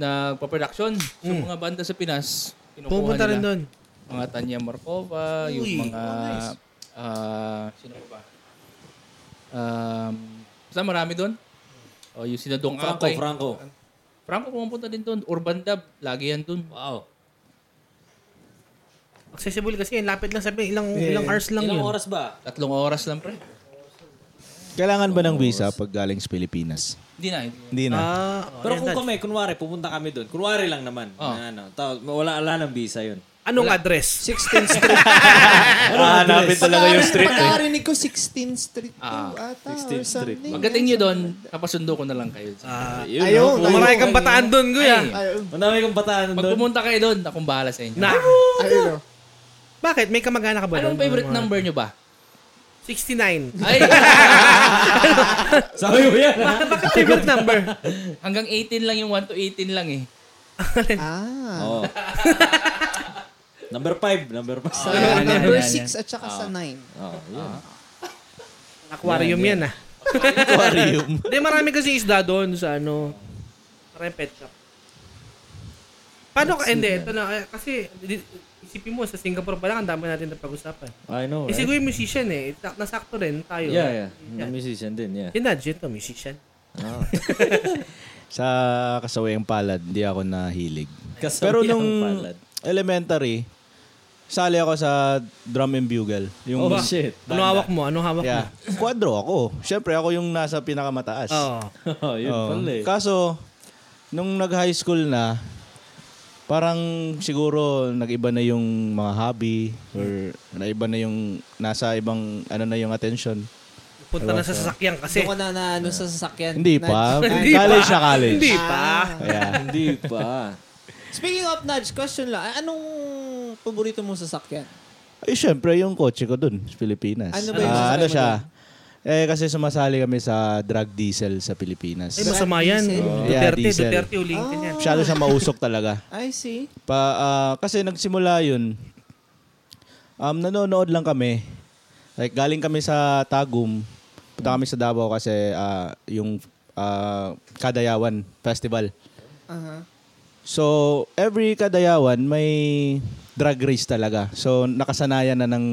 [SPEAKER 4] nagpa-production. So, mga banda sa Pinas, kinukuha
[SPEAKER 1] Mm. Pumunta
[SPEAKER 4] nila.
[SPEAKER 1] rin doon. oh,
[SPEAKER 4] Mga Tanya Markova, yung mga... ah, sino pa ba? Um, basta marami doon. O, yung sina Dong
[SPEAKER 2] Franco,
[SPEAKER 4] Akay.
[SPEAKER 2] Franco.
[SPEAKER 4] Franco pumunta din doon. Urban Dab, lagi yan doon.
[SPEAKER 2] Wow.
[SPEAKER 1] Accessible kasi yun. Lapit lang sabi. Ilang, ilang hours lang
[SPEAKER 2] Ilang
[SPEAKER 1] yun.
[SPEAKER 2] oras ba?
[SPEAKER 4] Tatlong oras lang, pre.
[SPEAKER 5] Kailangan ba ng visa pag galing sa Pilipinas?
[SPEAKER 4] Hindi na. hindi na.
[SPEAKER 5] Hindi na.
[SPEAKER 1] Ah, oh,
[SPEAKER 2] Pero
[SPEAKER 1] yan,
[SPEAKER 2] kung
[SPEAKER 1] Dad.
[SPEAKER 2] kami, kunwari, pupunta kami doon. Kunwari lang naman. Na, ano, ta- wala, wala ng visa yun.
[SPEAKER 1] Anong address?
[SPEAKER 3] 16th Street.
[SPEAKER 5] Ah, hanapin eh.
[SPEAKER 3] Pagkarinig ko 16th Street ah, ata 16th Street.
[SPEAKER 4] Pagdating nyo doon, kapasundo ko na lang kayo.
[SPEAKER 1] Ah,
[SPEAKER 2] Yun,
[SPEAKER 3] Ayun,
[SPEAKER 2] no?
[SPEAKER 1] uh, marami kang bataan doon, kuya.
[SPEAKER 3] Ayun.
[SPEAKER 2] Madami kang bataan
[SPEAKER 4] Pag
[SPEAKER 2] doon.
[SPEAKER 4] pumunta kayo doon, akong bahala sa inyo.
[SPEAKER 1] Na.
[SPEAKER 3] Ayun. oh.
[SPEAKER 1] Bakit? May kamag-anak ka ba
[SPEAKER 4] Anong
[SPEAKER 1] doon?
[SPEAKER 4] favorite number nyo ba?
[SPEAKER 1] 69.
[SPEAKER 4] Ay,
[SPEAKER 2] Sabi mo yan, ha?
[SPEAKER 1] Bakit favorite number?
[SPEAKER 4] hanggang 18 lang yung 1 to 18 lang eh.
[SPEAKER 3] Ah.
[SPEAKER 2] Oo.
[SPEAKER 5] Oh.
[SPEAKER 2] Oh. number five, number five.
[SPEAKER 3] Sa
[SPEAKER 4] Ayan, ayan,
[SPEAKER 3] number
[SPEAKER 4] ayan,
[SPEAKER 3] 6 at saka
[SPEAKER 5] Ah.
[SPEAKER 3] sa 9.
[SPEAKER 2] Oh, yun.
[SPEAKER 1] Aquarium yan, ah.
[SPEAKER 5] Aquarium.
[SPEAKER 1] Hindi, marami kasi isda doon sa ano. Maraming pet shop. Paano ka? Hindi, ito na. eh, Kasi, di- isipin mo, sa Singapore pa lang, ang dami natin na pag-usapan.
[SPEAKER 2] I know,
[SPEAKER 1] Kasi ko
[SPEAKER 2] right?
[SPEAKER 1] yung musician eh. Ta- Nasakto rin tayo.
[SPEAKER 2] Yeah, yeah. Yung musician din, yeah.
[SPEAKER 1] Imagine to, musician.
[SPEAKER 5] Sa kasawayang palad, hindi ako nahilig.
[SPEAKER 2] Kasabi
[SPEAKER 5] Pero nung
[SPEAKER 2] ang palad.
[SPEAKER 5] elementary, sali ako sa drum and bugle. Yung,
[SPEAKER 2] Oh, shit.
[SPEAKER 1] Ano hawak mo? Ano
[SPEAKER 2] Oh.
[SPEAKER 1] hawak
[SPEAKER 5] Yeah.
[SPEAKER 1] mo?
[SPEAKER 5] Kwadro ako. Siyempre, ako yung nasa pinakamataas.
[SPEAKER 1] Oo.
[SPEAKER 2] Oh, yun
[SPEAKER 5] Oo.
[SPEAKER 2] pala eh.
[SPEAKER 5] Kaso, nung nag-high school na, parang siguro nag-iba na yung mga hobby or naiba na yung nasa ibang ano na yung attention.
[SPEAKER 1] Punta na sa sasakyan kasi.
[SPEAKER 3] Doon ko na na ano sa sasakyan.
[SPEAKER 5] Hindi
[SPEAKER 3] Nudge.
[SPEAKER 5] pa. college na college.
[SPEAKER 1] Hindi
[SPEAKER 4] Ah.
[SPEAKER 1] pa.
[SPEAKER 5] Ayan.
[SPEAKER 2] Hindi pa.
[SPEAKER 3] Speaking of nudge, question lang. a- Anong paborito mong sasakyan?
[SPEAKER 5] Ay, Eh, syempre, yung kotse ko dun sa Pilipinas.
[SPEAKER 3] Ano ba yung
[SPEAKER 5] Ah,
[SPEAKER 3] sasakyan
[SPEAKER 5] ano
[SPEAKER 3] mo
[SPEAKER 5] siya? Eh, kasi sumasali kami sa drug diesel sa Pilipinas.
[SPEAKER 1] Ay, masama yan.
[SPEAKER 3] Diesel.
[SPEAKER 1] Oh.
[SPEAKER 5] Yeah,
[SPEAKER 1] Duterte,
[SPEAKER 5] diesel. Ah.
[SPEAKER 1] Duterte, uling ka niyan.
[SPEAKER 5] Masyado siya mausok talaga.
[SPEAKER 3] I see.
[SPEAKER 5] Pa, ah, kasi nagsimula yun, um, nanonood lang kami. Like, galing kami sa Tagum. Punta kami sa Davao kasi ah, yung ah, Kadayawan Festival.
[SPEAKER 3] Aha.
[SPEAKER 5] So, every Kadayawan may drag race talaga. So, nakasanayan na ng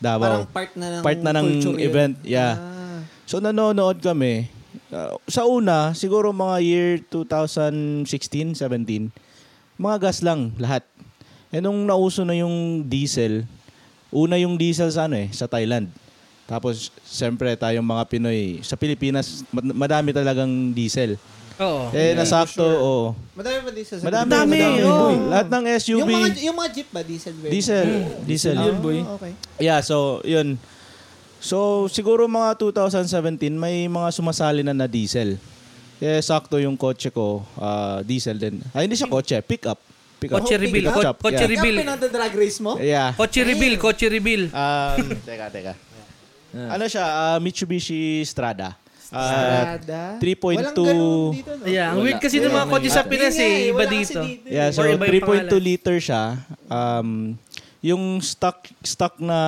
[SPEAKER 3] Parang
[SPEAKER 5] Davao.
[SPEAKER 3] part na ng
[SPEAKER 5] Part na ng
[SPEAKER 3] culture yun.
[SPEAKER 5] event. Yeah.
[SPEAKER 3] Ah.
[SPEAKER 5] So nanonood kami. Uh, sa una, siguro mga year 2016, 17, mga gas lang lahat. Eh nung nauso na yung diesel, Una yung diesel sa ano eh, sa Thailand. Tapos, siyempre, tayong mga Pinoy, sa Pilipinas, mad- madami talagang diesel.
[SPEAKER 1] Oo.
[SPEAKER 3] Oh,
[SPEAKER 5] Eh, nasakto, oo.
[SPEAKER 3] Madami pa diesel sa oh.
[SPEAKER 5] Madami,
[SPEAKER 1] Dami,
[SPEAKER 5] madami.
[SPEAKER 1] oo.
[SPEAKER 5] Lahat ng SUV,
[SPEAKER 3] Yung mga, yung mga jeep ba? Diesel ba? yun?
[SPEAKER 5] diesel. Diesel.
[SPEAKER 3] Ah, okay.
[SPEAKER 5] Yeah, so, yun. So, siguro mga 2017, may mga sumasali na na diesel. Eh, sakto yung kotse ko, ah, diesel din. Ay, hindi siya kotse, pickup. Pickup.
[SPEAKER 1] Kotse
[SPEAKER 3] Oh,
[SPEAKER 1] reveal.
[SPEAKER 5] pick
[SPEAKER 1] ko-
[SPEAKER 5] up.
[SPEAKER 1] Kotse
[SPEAKER 5] Yeah.
[SPEAKER 1] reveal.
[SPEAKER 3] Kaya pinatadrag race mo?
[SPEAKER 5] Yeah.
[SPEAKER 1] Kotse reveal. Kotse reveal.
[SPEAKER 5] Um, teka, teka. Ano siya? ah, Mitsubishi Strada. Ah,
[SPEAKER 3] Sarada.
[SPEAKER 5] 3.2
[SPEAKER 3] Walang ganun dito, no?
[SPEAKER 1] Yeah, ang weird kasi ng mga kotse sa Pinas
[SPEAKER 3] Yun nga
[SPEAKER 1] eh. Iba
[SPEAKER 3] wala kasi
[SPEAKER 1] dito.
[SPEAKER 3] dito.
[SPEAKER 5] yeah, so
[SPEAKER 1] Or iba yung
[SPEAKER 5] 3.2
[SPEAKER 1] pangalan.
[SPEAKER 5] liter siya. Um, yung stock stock na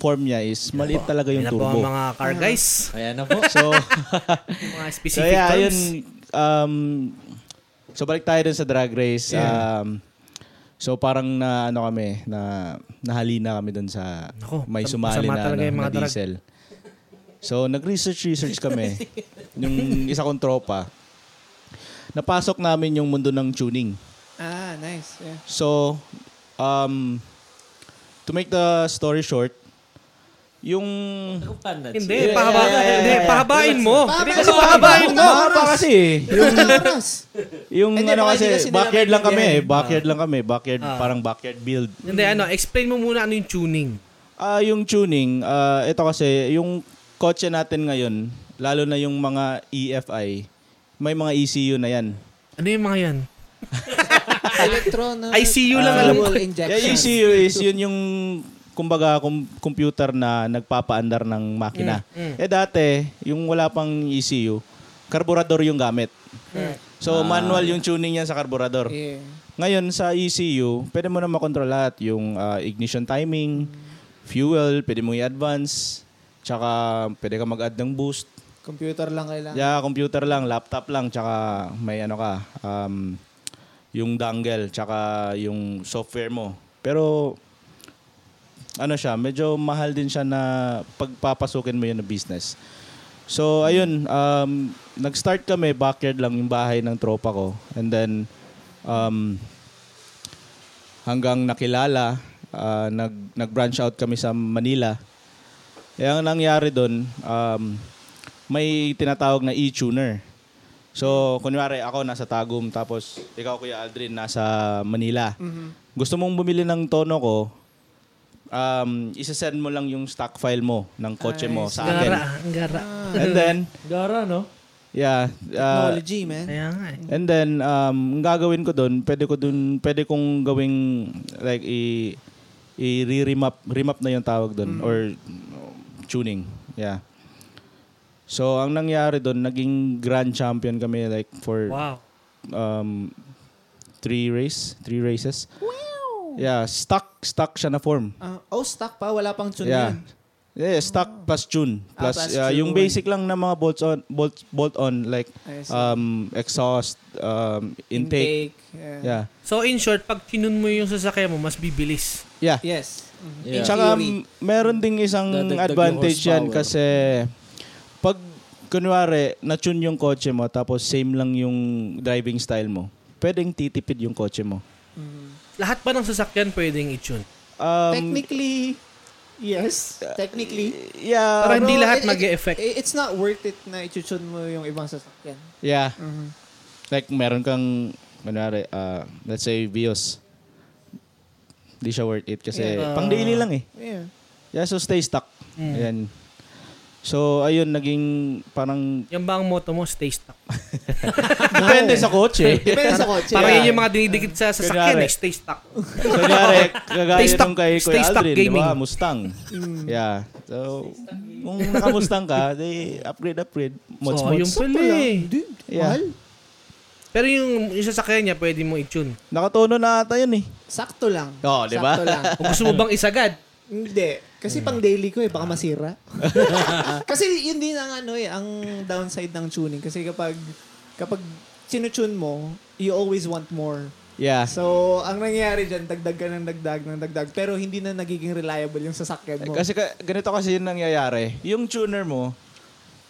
[SPEAKER 5] form niya is maliit talaga yung
[SPEAKER 1] Yan po ang
[SPEAKER 5] turbo.
[SPEAKER 1] mga car guys.
[SPEAKER 2] Ayan na po.
[SPEAKER 5] So,
[SPEAKER 1] Yung mga
[SPEAKER 5] so
[SPEAKER 1] specific
[SPEAKER 5] yeah,
[SPEAKER 1] terms.
[SPEAKER 5] yun. Um, so balik tayo dun sa drag race. Um, so parang na ano kami, na nahalina kami dun sa
[SPEAKER 1] Ako,
[SPEAKER 5] may
[SPEAKER 1] tam-
[SPEAKER 5] sumali
[SPEAKER 1] masama
[SPEAKER 5] na,
[SPEAKER 1] talaga
[SPEAKER 5] ano,
[SPEAKER 1] yung mga
[SPEAKER 5] na
[SPEAKER 1] drag.
[SPEAKER 5] diesel. So nag-research research kami. yung isa kong tropa. Napasok namin yung mundo ng tuning.
[SPEAKER 3] Ah, nice. Yeah.
[SPEAKER 5] So, um, to make the story short, yung...
[SPEAKER 1] Hindi, pahabain. Hindi, pahabain mo. Hindi kasi pahabain
[SPEAKER 5] Pahabain
[SPEAKER 1] mo.
[SPEAKER 5] kasi eh.
[SPEAKER 3] Yung oras.
[SPEAKER 5] Yung
[SPEAKER 3] Hindi,
[SPEAKER 5] ano
[SPEAKER 3] baka
[SPEAKER 5] kasi,
[SPEAKER 3] hindi kasi nila
[SPEAKER 5] backyard lang kami eh.
[SPEAKER 3] maintindihan.
[SPEAKER 5] Backyard lang kami. Backyard,
[SPEAKER 3] Ah.
[SPEAKER 5] parang backyard build.
[SPEAKER 1] Hindi, ano, explain mo muna ano yung tuning.
[SPEAKER 5] Ah, yung tuning, ah, ito kasi, yung kotse natin ngayon, lalo na yung mga EFI, may mga ECU na yan.
[SPEAKER 1] Ano yung mga yan?
[SPEAKER 3] Electronic.
[SPEAKER 1] ICU lang alam ko.
[SPEAKER 3] fuel
[SPEAKER 5] Yeah,
[SPEAKER 3] Ah, injection.
[SPEAKER 5] ECU is yun yung kumbaga com- computer na nagpapaandar ng makina.
[SPEAKER 3] Mm,
[SPEAKER 5] Eh dati, yung wala pang ECU, karburador yung gamit. So manual yung tuning niya sa karburador.
[SPEAKER 3] Mm. Yeah.
[SPEAKER 5] Ngayon sa ECU, pwede mo na makontrol lahat yung ah, ignition timing, fuel, pwede mo i-advance, tsaka pwede ka mag-add ng boost.
[SPEAKER 3] Computer lang kailangan.
[SPEAKER 5] Yeah, computer lang, laptop lang, tsaka may ano ka, um, yung dongle, tsaka yung software mo. Pero, ano siya, medyo mahal din siya na pagpapasukin mo yun na business. So, ayun, um, nag-start kami, backyard lang yung bahay ng tropa ko. And then, um, hanggang nakilala, ah, nag, nag-branch out kami sa Manila. Eh, ang nangyari doon, um, may tinatawag na e-tuner. So, kunwari, ako nasa Tagum, tapos ikaw, Kuya Aldrin, nasa Manila. Gusto mong bumili ng tono ko, um, isasend mo lang yung stock file mo ng kotse mo sa akin.
[SPEAKER 1] Gara, ang gara.
[SPEAKER 5] And then,
[SPEAKER 2] Gara, no?
[SPEAKER 5] yeah. uh,
[SPEAKER 3] Technology, man.
[SPEAKER 1] Kaya nga eh.
[SPEAKER 5] And then um ang gagawin ko doon, pwede ko doon, pwede kong gawing like i i-remap remap na yung tawag
[SPEAKER 3] Mm.
[SPEAKER 5] doon or um, tuning. Yeah. So ang nangyari doon, naging grand champion kami like for
[SPEAKER 1] Wow.
[SPEAKER 5] um three race, three races. Yeah, stuck stuck siya na form.
[SPEAKER 3] Ah, oh, stock pa. Wala pang tune
[SPEAKER 5] Yeah.
[SPEAKER 3] yun.
[SPEAKER 5] Yeah, stock plus tune.
[SPEAKER 3] Ah,
[SPEAKER 5] Plus,
[SPEAKER 3] plus
[SPEAKER 5] yeah,
[SPEAKER 3] tune.
[SPEAKER 5] yung basic lang na mga bolts on bolt bolt on like
[SPEAKER 3] I see.
[SPEAKER 5] um exhaust um intake.
[SPEAKER 3] Yeah.
[SPEAKER 5] Yeah.
[SPEAKER 1] So in short, pag tinun mo yung sasakyan mo, mas bibilis.
[SPEAKER 5] Yeah.
[SPEAKER 3] Yes. Mhm.
[SPEAKER 2] Yeah.
[SPEAKER 5] Tsaka
[SPEAKER 3] Theory.
[SPEAKER 5] m- meron ding isang
[SPEAKER 2] Dadagdag yung
[SPEAKER 5] advantage yan
[SPEAKER 2] horsepower.
[SPEAKER 5] kasi pag kunwari na-tune yung kotse mo tapos same lang yung driving style mo, pwedeng titipid yung kotse mo.
[SPEAKER 1] Lahat ba ng sasakyan pwedeng i-tune?
[SPEAKER 5] Um,
[SPEAKER 3] Technically, yes. Technically.
[SPEAKER 5] yeah.
[SPEAKER 1] Parang hindi
[SPEAKER 3] Pero
[SPEAKER 1] lahat
[SPEAKER 3] it- it-
[SPEAKER 1] mag-e-effect.
[SPEAKER 3] it- It's not worth it na i-tune mo yung ibang sasakyan.
[SPEAKER 5] Yeah.
[SPEAKER 1] Mm-hmm.
[SPEAKER 5] Like meron kang kunwari uh, let's say Vios. Hindi siya worth it kasi pang daily lang eh.
[SPEAKER 3] Yeah.
[SPEAKER 5] Yeah, so stay stuck. Ayan. So ayun naging parang
[SPEAKER 1] Yan ba ang moto mo? Stay stuck.
[SPEAKER 5] depende sa kotse.
[SPEAKER 3] Depende sa kotse.
[SPEAKER 1] Parang
[SPEAKER 3] Yeah.
[SPEAKER 1] yun yung mga dinidikit sa sasakyan
[SPEAKER 5] Kunyari.
[SPEAKER 1] eh. Stay stuck.
[SPEAKER 5] So, kaya
[SPEAKER 1] Stay
[SPEAKER 5] kagaya
[SPEAKER 1] stuck.
[SPEAKER 5] nung kay
[SPEAKER 1] Stay
[SPEAKER 5] Kuya
[SPEAKER 1] stuck
[SPEAKER 5] Aldrin, di ba?
[SPEAKER 1] gaming.
[SPEAKER 5] Mustang. Yeah. So, kung naka-Mustang ka, di upgrade, upgrade. Mods,
[SPEAKER 1] So,
[SPEAKER 5] mods.
[SPEAKER 1] yung pala eh.
[SPEAKER 3] Dude,
[SPEAKER 5] Yeah.
[SPEAKER 3] mahal.
[SPEAKER 1] Pero yung, yung sasakyan niya, pwede mo i-tune.
[SPEAKER 5] Nakatono na ata yun eh.
[SPEAKER 3] Sakto lang.
[SPEAKER 5] Oo, Oh, di ba?
[SPEAKER 3] Sakto lang.
[SPEAKER 1] Kung gusto mo bang isagad,
[SPEAKER 3] Hindi. Kasi pang daily ko eh, baka masira. kasi yun din ang ano eh, ang downside ng tuning. Kasi kapag, kapag sinutune mo, you always want more.
[SPEAKER 5] Yeah.
[SPEAKER 3] So, ang nangyayari dyan, dagdag ka ng dagdag ng dagdag. Pero hindi na nagiging reliable yung sasakyan mo.
[SPEAKER 5] Eh, Kasi ka- ganito kasi yung nangyayari. Yung tuner mo,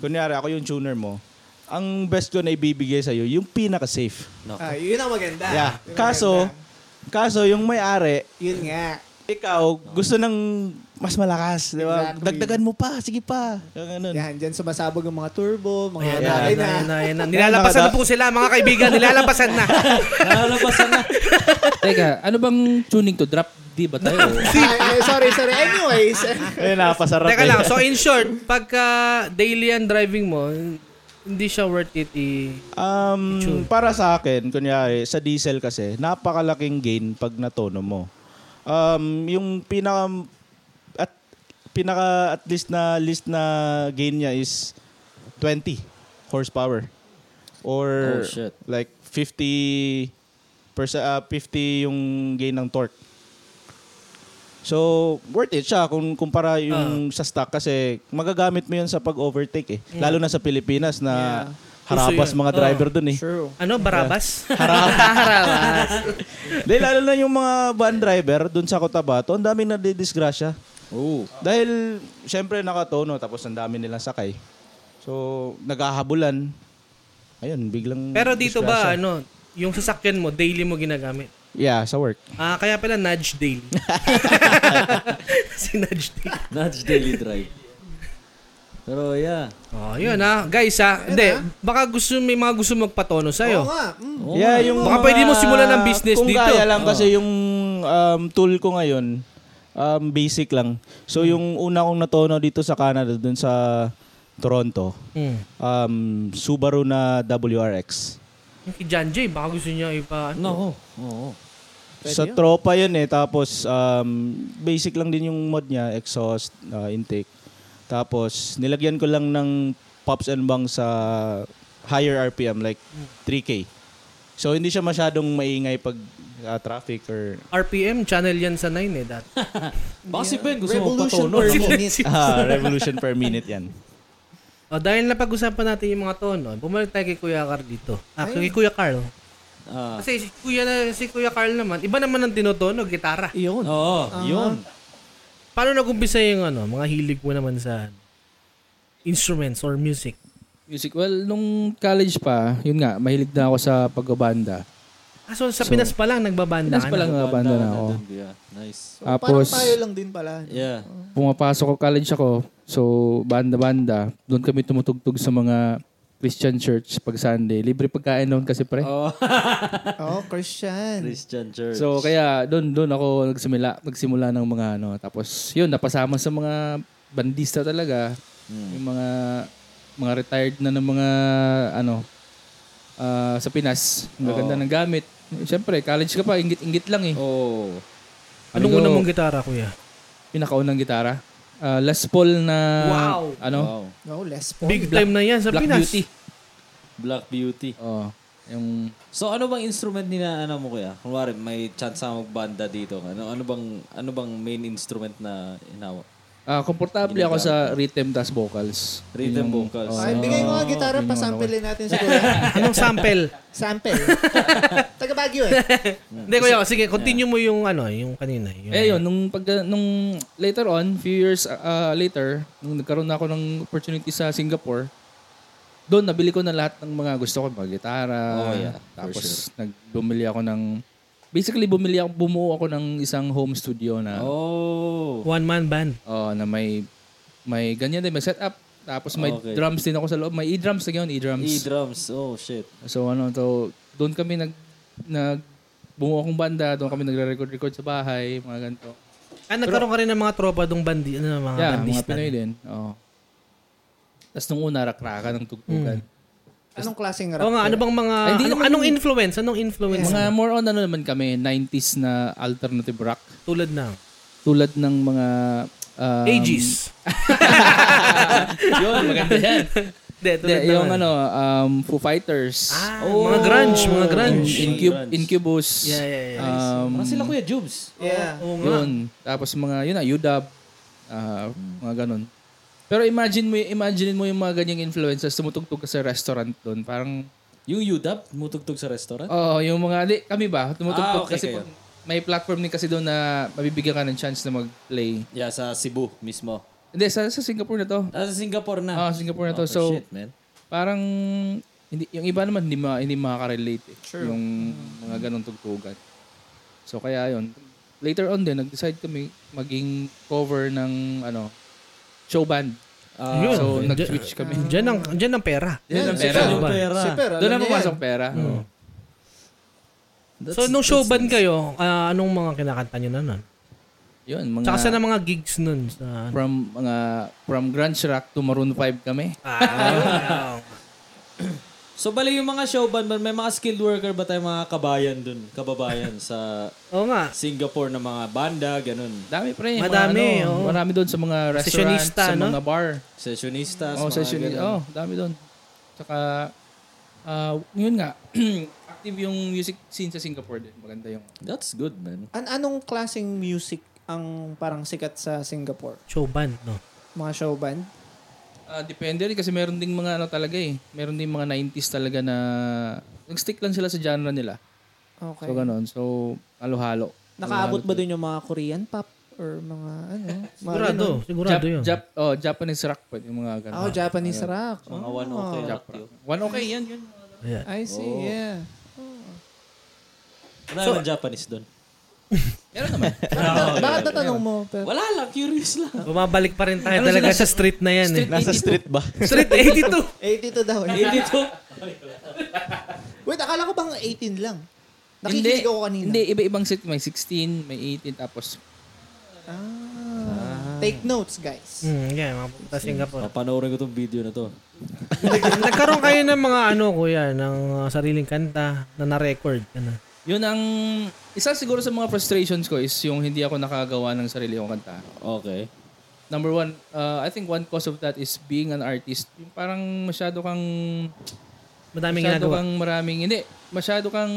[SPEAKER 5] kunyari ako yung tuner mo, ang best ko na ibibigay sa'yo, yung pinaka-safe.
[SPEAKER 3] Ah, yun ang maganda.
[SPEAKER 5] Yeah.
[SPEAKER 3] Yun ang
[SPEAKER 5] Kaso,
[SPEAKER 3] maganda.
[SPEAKER 5] kaso yung may-ari,
[SPEAKER 3] yun nga.
[SPEAKER 5] ikaw, gusto ng mas malakas, di ba? Dagdagan mo pa, sige pa. Ganun.
[SPEAKER 3] Yan, dyan sumasabog ang mga turbo,
[SPEAKER 1] Ayan
[SPEAKER 3] mga
[SPEAKER 1] na,
[SPEAKER 3] nanay
[SPEAKER 1] ayan na,
[SPEAKER 3] na.
[SPEAKER 1] ayan na, ayan na. Nilalabasan na po sila, mga kaibigan. Nilalabasan na.
[SPEAKER 2] Nalalabasan na.
[SPEAKER 4] Teka, ano bang tuning to? Drop D ba tayo?
[SPEAKER 3] Ah, eh, sorry, sorry. Anyways. ano
[SPEAKER 5] Ayun, napasarap.
[SPEAKER 1] Teka
[SPEAKER 5] eh.
[SPEAKER 1] lang, so in short, pagka daily ang driving mo, hindi siya worth it i...
[SPEAKER 5] Um, para sa akin, kunyari, sa diesel kasi, napakalaking gain pag natono mo. Um, yung pinaka at pinaka at least na list na gain niya is 20 horsepower or
[SPEAKER 2] Oh, shit.
[SPEAKER 5] like 50 persa, ah, 50 yung gain ng torque. So, worth it siya kung
[SPEAKER 2] Ah.
[SPEAKER 5] kumpara yung sa stock kasi magagamit mo yun sa pag-overtake eh. Lalo na sa Pilipinas na
[SPEAKER 1] Uso
[SPEAKER 5] harabas
[SPEAKER 1] yun.
[SPEAKER 5] mga
[SPEAKER 2] Ah.
[SPEAKER 5] driver dun eh.
[SPEAKER 3] True.
[SPEAKER 1] Ano? Barabas? Harabas.
[SPEAKER 5] Dahil lalo na yung mga van driver dun sa Cotabato, ang dami na didisgrasya.
[SPEAKER 2] Oo.
[SPEAKER 5] Dahil, syempre nakatono tapos ang dami nilang sakay. So, naghahabulan. Ayun, biglang
[SPEAKER 1] Pero dito ba,
[SPEAKER 5] disgrasya.
[SPEAKER 1] ano, yung sasakyan mo, daily mo ginagamit?
[SPEAKER 5] Yeah, sa work.
[SPEAKER 1] Ah, kaya pala nudge daily. si nudge daily.
[SPEAKER 2] Nudge Daily Drive. Pero yeah.
[SPEAKER 1] Oh, yun ah. Guys ah, hindi, baka gusto may mga gusto magpatono
[SPEAKER 3] Oo
[SPEAKER 1] sa'yo.
[SPEAKER 3] nga. Mm.
[SPEAKER 5] yeah, yung
[SPEAKER 1] Baka
[SPEAKER 5] mga-
[SPEAKER 1] pwede mo simulan ng business
[SPEAKER 5] kung
[SPEAKER 1] dito.
[SPEAKER 5] Kung kaya lang kasi yung um, tool ko ngayon, um, basic lang. So yung una kong natono dito sa Canada, dun sa Toronto,
[SPEAKER 1] Mm.
[SPEAKER 5] um, Subaru na WRX.
[SPEAKER 1] Yung kay John Jay, baka gusto niya ipa... ano,
[SPEAKER 2] No. Oo.
[SPEAKER 5] sa tropa yun eh. Tapos um, basic lang din yung mod niya, exhaust, uh, intake. Tapos nilagyan ko lang ng pops and bang sa higher RPM, like 3K. So hindi siya masyadong maingay pag uh, traffic or...
[SPEAKER 1] RPM, channel yan sa 9 eh. Dati.
[SPEAKER 2] Baka si Ben gusto mo
[SPEAKER 3] Revolution
[SPEAKER 2] patono.
[SPEAKER 3] per minute.
[SPEAKER 5] Ah, revolution per minute yan.
[SPEAKER 1] O, Oh, dahil napag-usapan natin yung mga tono, bumalik tayo kay Kuya Carl dito. Ah, kay Kuya Carl.
[SPEAKER 2] Ah.
[SPEAKER 1] Kasi si Kuya, na, si Kuya Carl naman, iba naman ang tinotono, gitara.
[SPEAKER 3] Yun.
[SPEAKER 2] Oo, yun.
[SPEAKER 1] Paano nag-umpisa yung ano, mga hilig mo naman sa instruments or music?
[SPEAKER 4] Music. Well, nung college pa, yun nga, mahilig na ako sa pagbabanda.
[SPEAKER 1] Ah, so sa Pinas pa lang, nagbabanda
[SPEAKER 4] Pinas
[SPEAKER 1] ka
[SPEAKER 4] pa lang
[SPEAKER 1] na.
[SPEAKER 4] nagbabanda na ako.
[SPEAKER 2] Dun, yeah. Nice.
[SPEAKER 3] So,
[SPEAKER 4] Tapos,
[SPEAKER 3] parang tayo lang din pala.
[SPEAKER 2] Yeah.
[SPEAKER 4] pumapasok ko college ako. So, banda-banda. Doon kami tumutugtog sa mga Christian church pag Sunday. Libre pagkain noon kasi pre.
[SPEAKER 2] Oh.
[SPEAKER 3] Oo, Oh, Christian.
[SPEAKER 2] Christian Church.
[SPEAKER 4] So kaya doon doon ako nagsimula nagsimula ng mga ano tapos yun napasama sa mga bandista talaga yung mga mga retired na ng mga ano ah, sa Pinas ang gaganda ng gamit Siyempre, college ka pa, ingit-ingit lang eh.
[SPEAKER 2] oh.
[SPEAKER 1] Anong
[SPEAKER 4] Ano?
[SPEAKER 1] una mong gitara, Kuya?
[SPEAKER 4] Pinakaunang gitara. Ah, Les Paul na,
[SPEAKER 1] Wow.
[SPEAKER 4] ano,
[SPEAKER 2] Wow.
[SPEAKER 3] No, less po.
[SPEAKER 1] Big time na yan sa
[SPEAKER 4] Black
[SPEAKER 1] Pinas.
[SPEAKER 4] Beauty.
[SPEAKER 2] Black Beauty.
[SPEAKER 4] Oh, yung
[SPEAKER 2] So ano bang instrument nina ano mo kuya? Kunwari may chance na magbanda dito. Ano ano bang ano bang main instrument na hinawa?
[SPEAKER 4] ah komportable ako sa rhythm tas vocals.
[SPEAKER 2] Rhythm vocals.
[SPEAKER 3] Ay,
[SPEAKER 4] uh,
[SPEAKER 3] bigay mo nga gitara, pasampilin natin sa kuya.
[SPEAKER 1] Ah, Anong sample?
[SPEAKER 3] Sample. Taga Baguio eh.
[SPEAKER 1] Hindi, Kuya, sige, continue mo yung ano, yung kanina. Yung,
[SPEAKER 4] Eh yun, nung, pag, nung later on, few years uh, later, nung nagkaroon na ako ng opportunity sa Singapore, doon nabili ko na lahat ng mga gusto ko, mga gitara.
[SPEAKER 2] Oh,
[SPEAKER 4] Tapos nag bumili ako ng basically bumili ako bumuo ako ng isang home studio na
[SPEAKER 2] Oh.
[SPEAKER 1] One-man band.
[SPEAKER 4] oh, na may may ganyan din, may setup. Tapos may
[SPEAKER 2] Okay.
[SPEAKER 4] drums din ako sa loob. May e-drums na yun, e-drums.
[SPEAKER 2] E-drums. Oh shit.
[SPEAKER 4] So ano, so doon kami nag nag bumuo akong banda, doon kami nagre-record-record sa bahay, mga ganito.
[SPEAKER 1] Ah, nagkaroon ka rin ng mga tropa dong bandi, ano, mga
[SPEAKER 4] yeah, mga
[SPEAKER 1] bandista.
[SPEAKER 4] Pinoy din. Oo. Tapos nung una, rakraka ng tugtugan.
[SPEAKER 1] Hmm.
[SPEAKER 3] Anong klaseng
[SPEAKER 1] Oo
[SPEAKER 3] rap?
[SPEAKER 1] nga, ano bang mga,
[SPEAKER 4] Ay, di
[SPEAKER 1] ano-
[SPEAKER 4] naman-
[SPEAKER 1] anong influence? Anong influence?
[SPEAKER 4] Mga more on ano naman kami, 90s na alternative rock.
[SPEAKER 1] Tulad ng
[SPEAKER 4] Tulad ng mga... Um,
[SPEAKER 1] Aegis.
[SPEAKER 4] yun, maganda yan.
[SPEAKER 1] Hindi,
[SPEAKER 4] Hindi,
[SPEAKER 1] tulad
[SPEAKER 4] yung
[SPEAKER 1] ng
[SPEAKER 4] ano, oh, um, Foo Fighters.
[SPEAKER 1] Ah, mga grunge, mga grunge.
[SPEAKER 4] Incub- Incubus.
[SPEAKER 1] Yeah, yeah, yeah.
[SPEAKER 4] Um,
[SPEAKER 2] Parang sila kuya Jubes.
[SPEAKER 3] Yeah.
[SPEAKER 1] Ah, Oo nga.
[SPEAKER 4] yun. Tapos mga, yun na, UW. ah, mga ganun. Pero imagine mo, imagine mo yung mga ganyang influences, tumutugtog ka sa restaurant doon. Parang
[SPEAKER 2] Yung UDAP, tumutugtog sa restaurant.
[SPEAKER 4] Oo, yung mga, di, kami
[SPEAKER 2] Ah,
[SPEAKER 4] ba? Tumutugtog
[SPEAKER 2] okay,
[SPEAKER 4] kasi
[SPEAKER 2] kayo.
[SPEAKER 4] pag- may platform din kasi doon na mabibigyan ka ng chance na mag-play.
[SPEAKER 2] Yeah, sa Cebu mismo.
[SPEAKER 4] Hindi, sa, sa Singapore na to.
[SPEAKER 2] Ah, sa Singapore na.
[SPEAKER 4] Ah, Singapore na
[SPEAKER 2] Oh,
[SPEAKER 4] to. so,
[SPEAKER 2] shit, man.
[SPEAKER 4] parang, hindi, yung iba naman, hindi, ma, hindi makaka-relate eh. Yung mga ganong tugtugan. So, kaya yun. later on din, nag-decide kami maging cover ng ano, show band.
[SPEAKER 2] Ah,
[SPEAKER 1] Yun.
[SPEAKER 4] Ah, so, nag-switch kami.
[SPEAKER 1] Diyan ang, diyan ang pera.
[SPEAKER 4] Yan ang pera.
[SPEAKER 1] Diba?
[SPEAKER 3] Si Pera,
[SPEAKER 4] Doon na
[SPEAKER 3] alam niya
[SPEAKER 4] pumasok
[SPEAKER 3] yan.
[SPEAKER 4] pera. Oo.
[SPEAKER 1] so, nung show band kayo, ah, anong mga kinakanta nyo na nun?
[SPEAKER 4] Yun, mga...
[SPEAKER 1] Tsaka saan ang mga gigs nun? Sa,
[SPEAKER 4] from mga from grunge rock to maroon 5 kami.
[SPEAKER 1] ah,
[SPEAKER 2] So bali yung mga show band, may mga skilled worker ba tayong mga kabayan dun? Kababayan sa
[SPEAKER 1] oo nga.
[SPEAKER 2] Singapore na mga banda, ganun.
[SPEAKER 4] Dami pre. mga
[SPEAKER 1] Madami,
[SPEAKER 4] ano,
[SPEAKER 1] oo.
[SPEAKER 4] Marami doon sa mga restaurant,
[SPEAKER 1] Sessionista,
[SPEAKER 4] sa
[SPEAKER 1] no?
[SPEAKER 4] mga bar.
[SPEAKER 2] Sessionistas, mga
[SPEAKER 4] Oh, session
[SPEAKER 2] ganun.
[SPEAKER 4] Oh, dami doon. Tsaka, ah, yun nga, active yung music scene sa Singapore din. Maganda yung
[SPEAKER 2] That's good, man.
[SPEAKER 3] An anong klaseng music ang parang sikat sa Singapore?
[SPEAKER 1] Show band, no?
[SPEAKER 3] Mga show band?
[SPEAKER 4] Ah, depende rin kasi meron ding mga ano talaga eh. Meron ding mga 90s talaga na nag-stick lang sila sa genre nila.
[SPEAKER 3] Okay.
[SPEAKER 4] So ganun. So halo-halo.
[SPEAKER 3] Nakaabot ba dun yung mga Korean pop or mga ano? Mga
[SPEAKER 1] Sigurado,
[SPEAKER 3] ganun?
[SPEAKER 1] sigurado
[SPEAKER 4] Jap-
[SPEAKER 1] yun.
[SPEAKER 4] Jap- oh, Japanese rock pa yung mga ganun.
[SPEAKER 3] Oh, Japanese rock.
[SPEAKER 2] Mga
[SPEAKER 3] Oh,
[SPEAKER 2] one okay.
[SPEAKER 4] Jap
[SPEAKER 2] rock yun.
[SPEAKER 4] rock. One okay yan, yun.
[SPEAKER 1] Ayan.
[SPEAKER 3] I see, yeah.
[SPEAKER 2] Marami ang Japanese dun.
[SPEAKER 4] Meron naman.
[SPEAKER 3] Bakit- Bakit natanong mo? Pero,
[SPEAKER 2] Wala lang, curious lang.
[SPEAKER 1] Bumabalik pa rin
[SPEAKER 4] Ano
[SPEAKER 1] tayo talaga sa street na yan. Eh.
[SPEAKER 5] Nasa street ba?
[SPEAKER 1] Street 82.
[SPEAKER 3] 82 daw. eh.
[SPEAKER 2] Hindi to.
[SPEAKER 3] Wait, akala ko bang 18 lang?
[SPEAKER 4] Hindi,
[SPEAKER 3] Nakikinig ako kanina.
[SPEAKER 4] Hindi, iba-ibang set. May 16, may 18, tapos
[SPEAKER 3] Ah. Take notes, guys.
[SPEAKER 1] Hmm, yan, mga pupunta Singapore.
[SPEAKER 2] Papanoorin ko tong video na to.
[SPEAKER 1] Nagkaroon kayo ng mga ano, kuya, ng uh, sariling kanta na na-record. Ano.
[SPEAKER 4] yun ang isa siguro sa mga frustrations ko is yung hindi ako nakagawa ng sarili kong kanta.
[SPEAKER 2] Okay.
[SPEAKER 4] Number one, uh, I think one cause of that is being an artist. Yung parang masyado kang
[SPEAKER 1] Madaming
[SPEAKER 4] masyado
[SPEAKER 1] ginagawa.
[SPEAKER 4] kang maraming hindi, masyado kang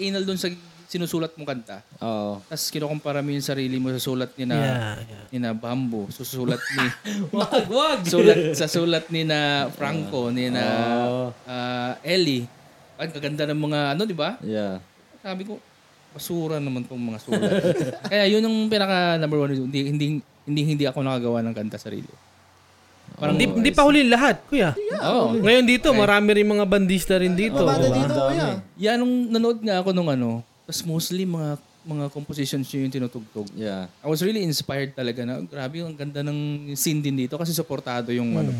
[SPEAKER 4] anal doon sa sinusulat mong kanta.
[SPEAKER 2] Oo.
[SPEAKER 4] Tapos kinukumpara mo yung sarili mo sa sulat ni na
[SPEAKER 1] Yeah, yeah.
[SPEAKER 4] ni na Bambo, sa sulat ni
[SPEAKER 2] Wag, wag!
[SPEAKER 4] sulat sa sulat ni na Franco, ni na
[SPEAKER 2] Oh.
[SPEAKER 4] ah, Ellie. Ang kaganda ng mga ano, di ba?
[SPEAKER 2] Yeah.
[SPEAKER 4] Sabi ko, basura naman tong mga sulat. Kaya yun yung pinaka number one. reason. Hindi, hindi, hindi, hindi ako nakagawa ng kanta sarili.
[SPEAKER 2] Oh.
[SPEAKER 4] Parang,
[SPEAKER 1] Hindi, hindi pa huli lahat, kuya.
[SPEAKER 4] Oo.
[SPEAKER 1] Ngayon dito, marami rin mga bandista rin dito.
[SPEAKER 3] Banda
[SPEAKER 1] Oo.
[SPEAKER 3] dito, kuya.
[SPEAKER 4] Yan, nung nanood nga ako nung ano, tapos mostly mga mga compositions niya yung tinutugtog.
[SPEAKER 2] Yeah.
[SPEAKER 4] I was really inspired talaga na grabe ang ganda ng scene din dito kasi supportado yung
[SPEAKER 3] Hmm.
[SPEAKER 4] ano,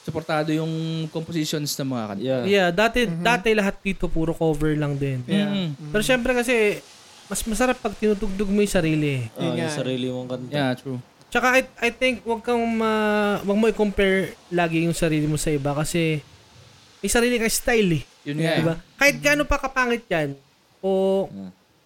[SPEAKER 4] supportado yung compositions ng mga kanta.
[SPEAKER 2] Yeah.
[SPEAKER 1] Yeah, dati dati lahat dito puro cover lang din.
[SPEAKER 4] Mm.
[SPEAKER 1] Pero syempre kasi mas masarap pag tinutugtog mo 'yung sarili. eh.
[SPEAKER 2] Oh, yung sarili mong kanta.
[SPEAKER 4] Yeah, true.
[SPEAKER 1] Tsaka I, I think wag kang ma, wag mo i-compare lagi 'yung sarili mo sa iba kasi may sarili kang style eh.
[SPEAKER 4] Yun nga. eh.
[SPEAKER 1] Diba? Kahit gaano pa kapangit 'yan o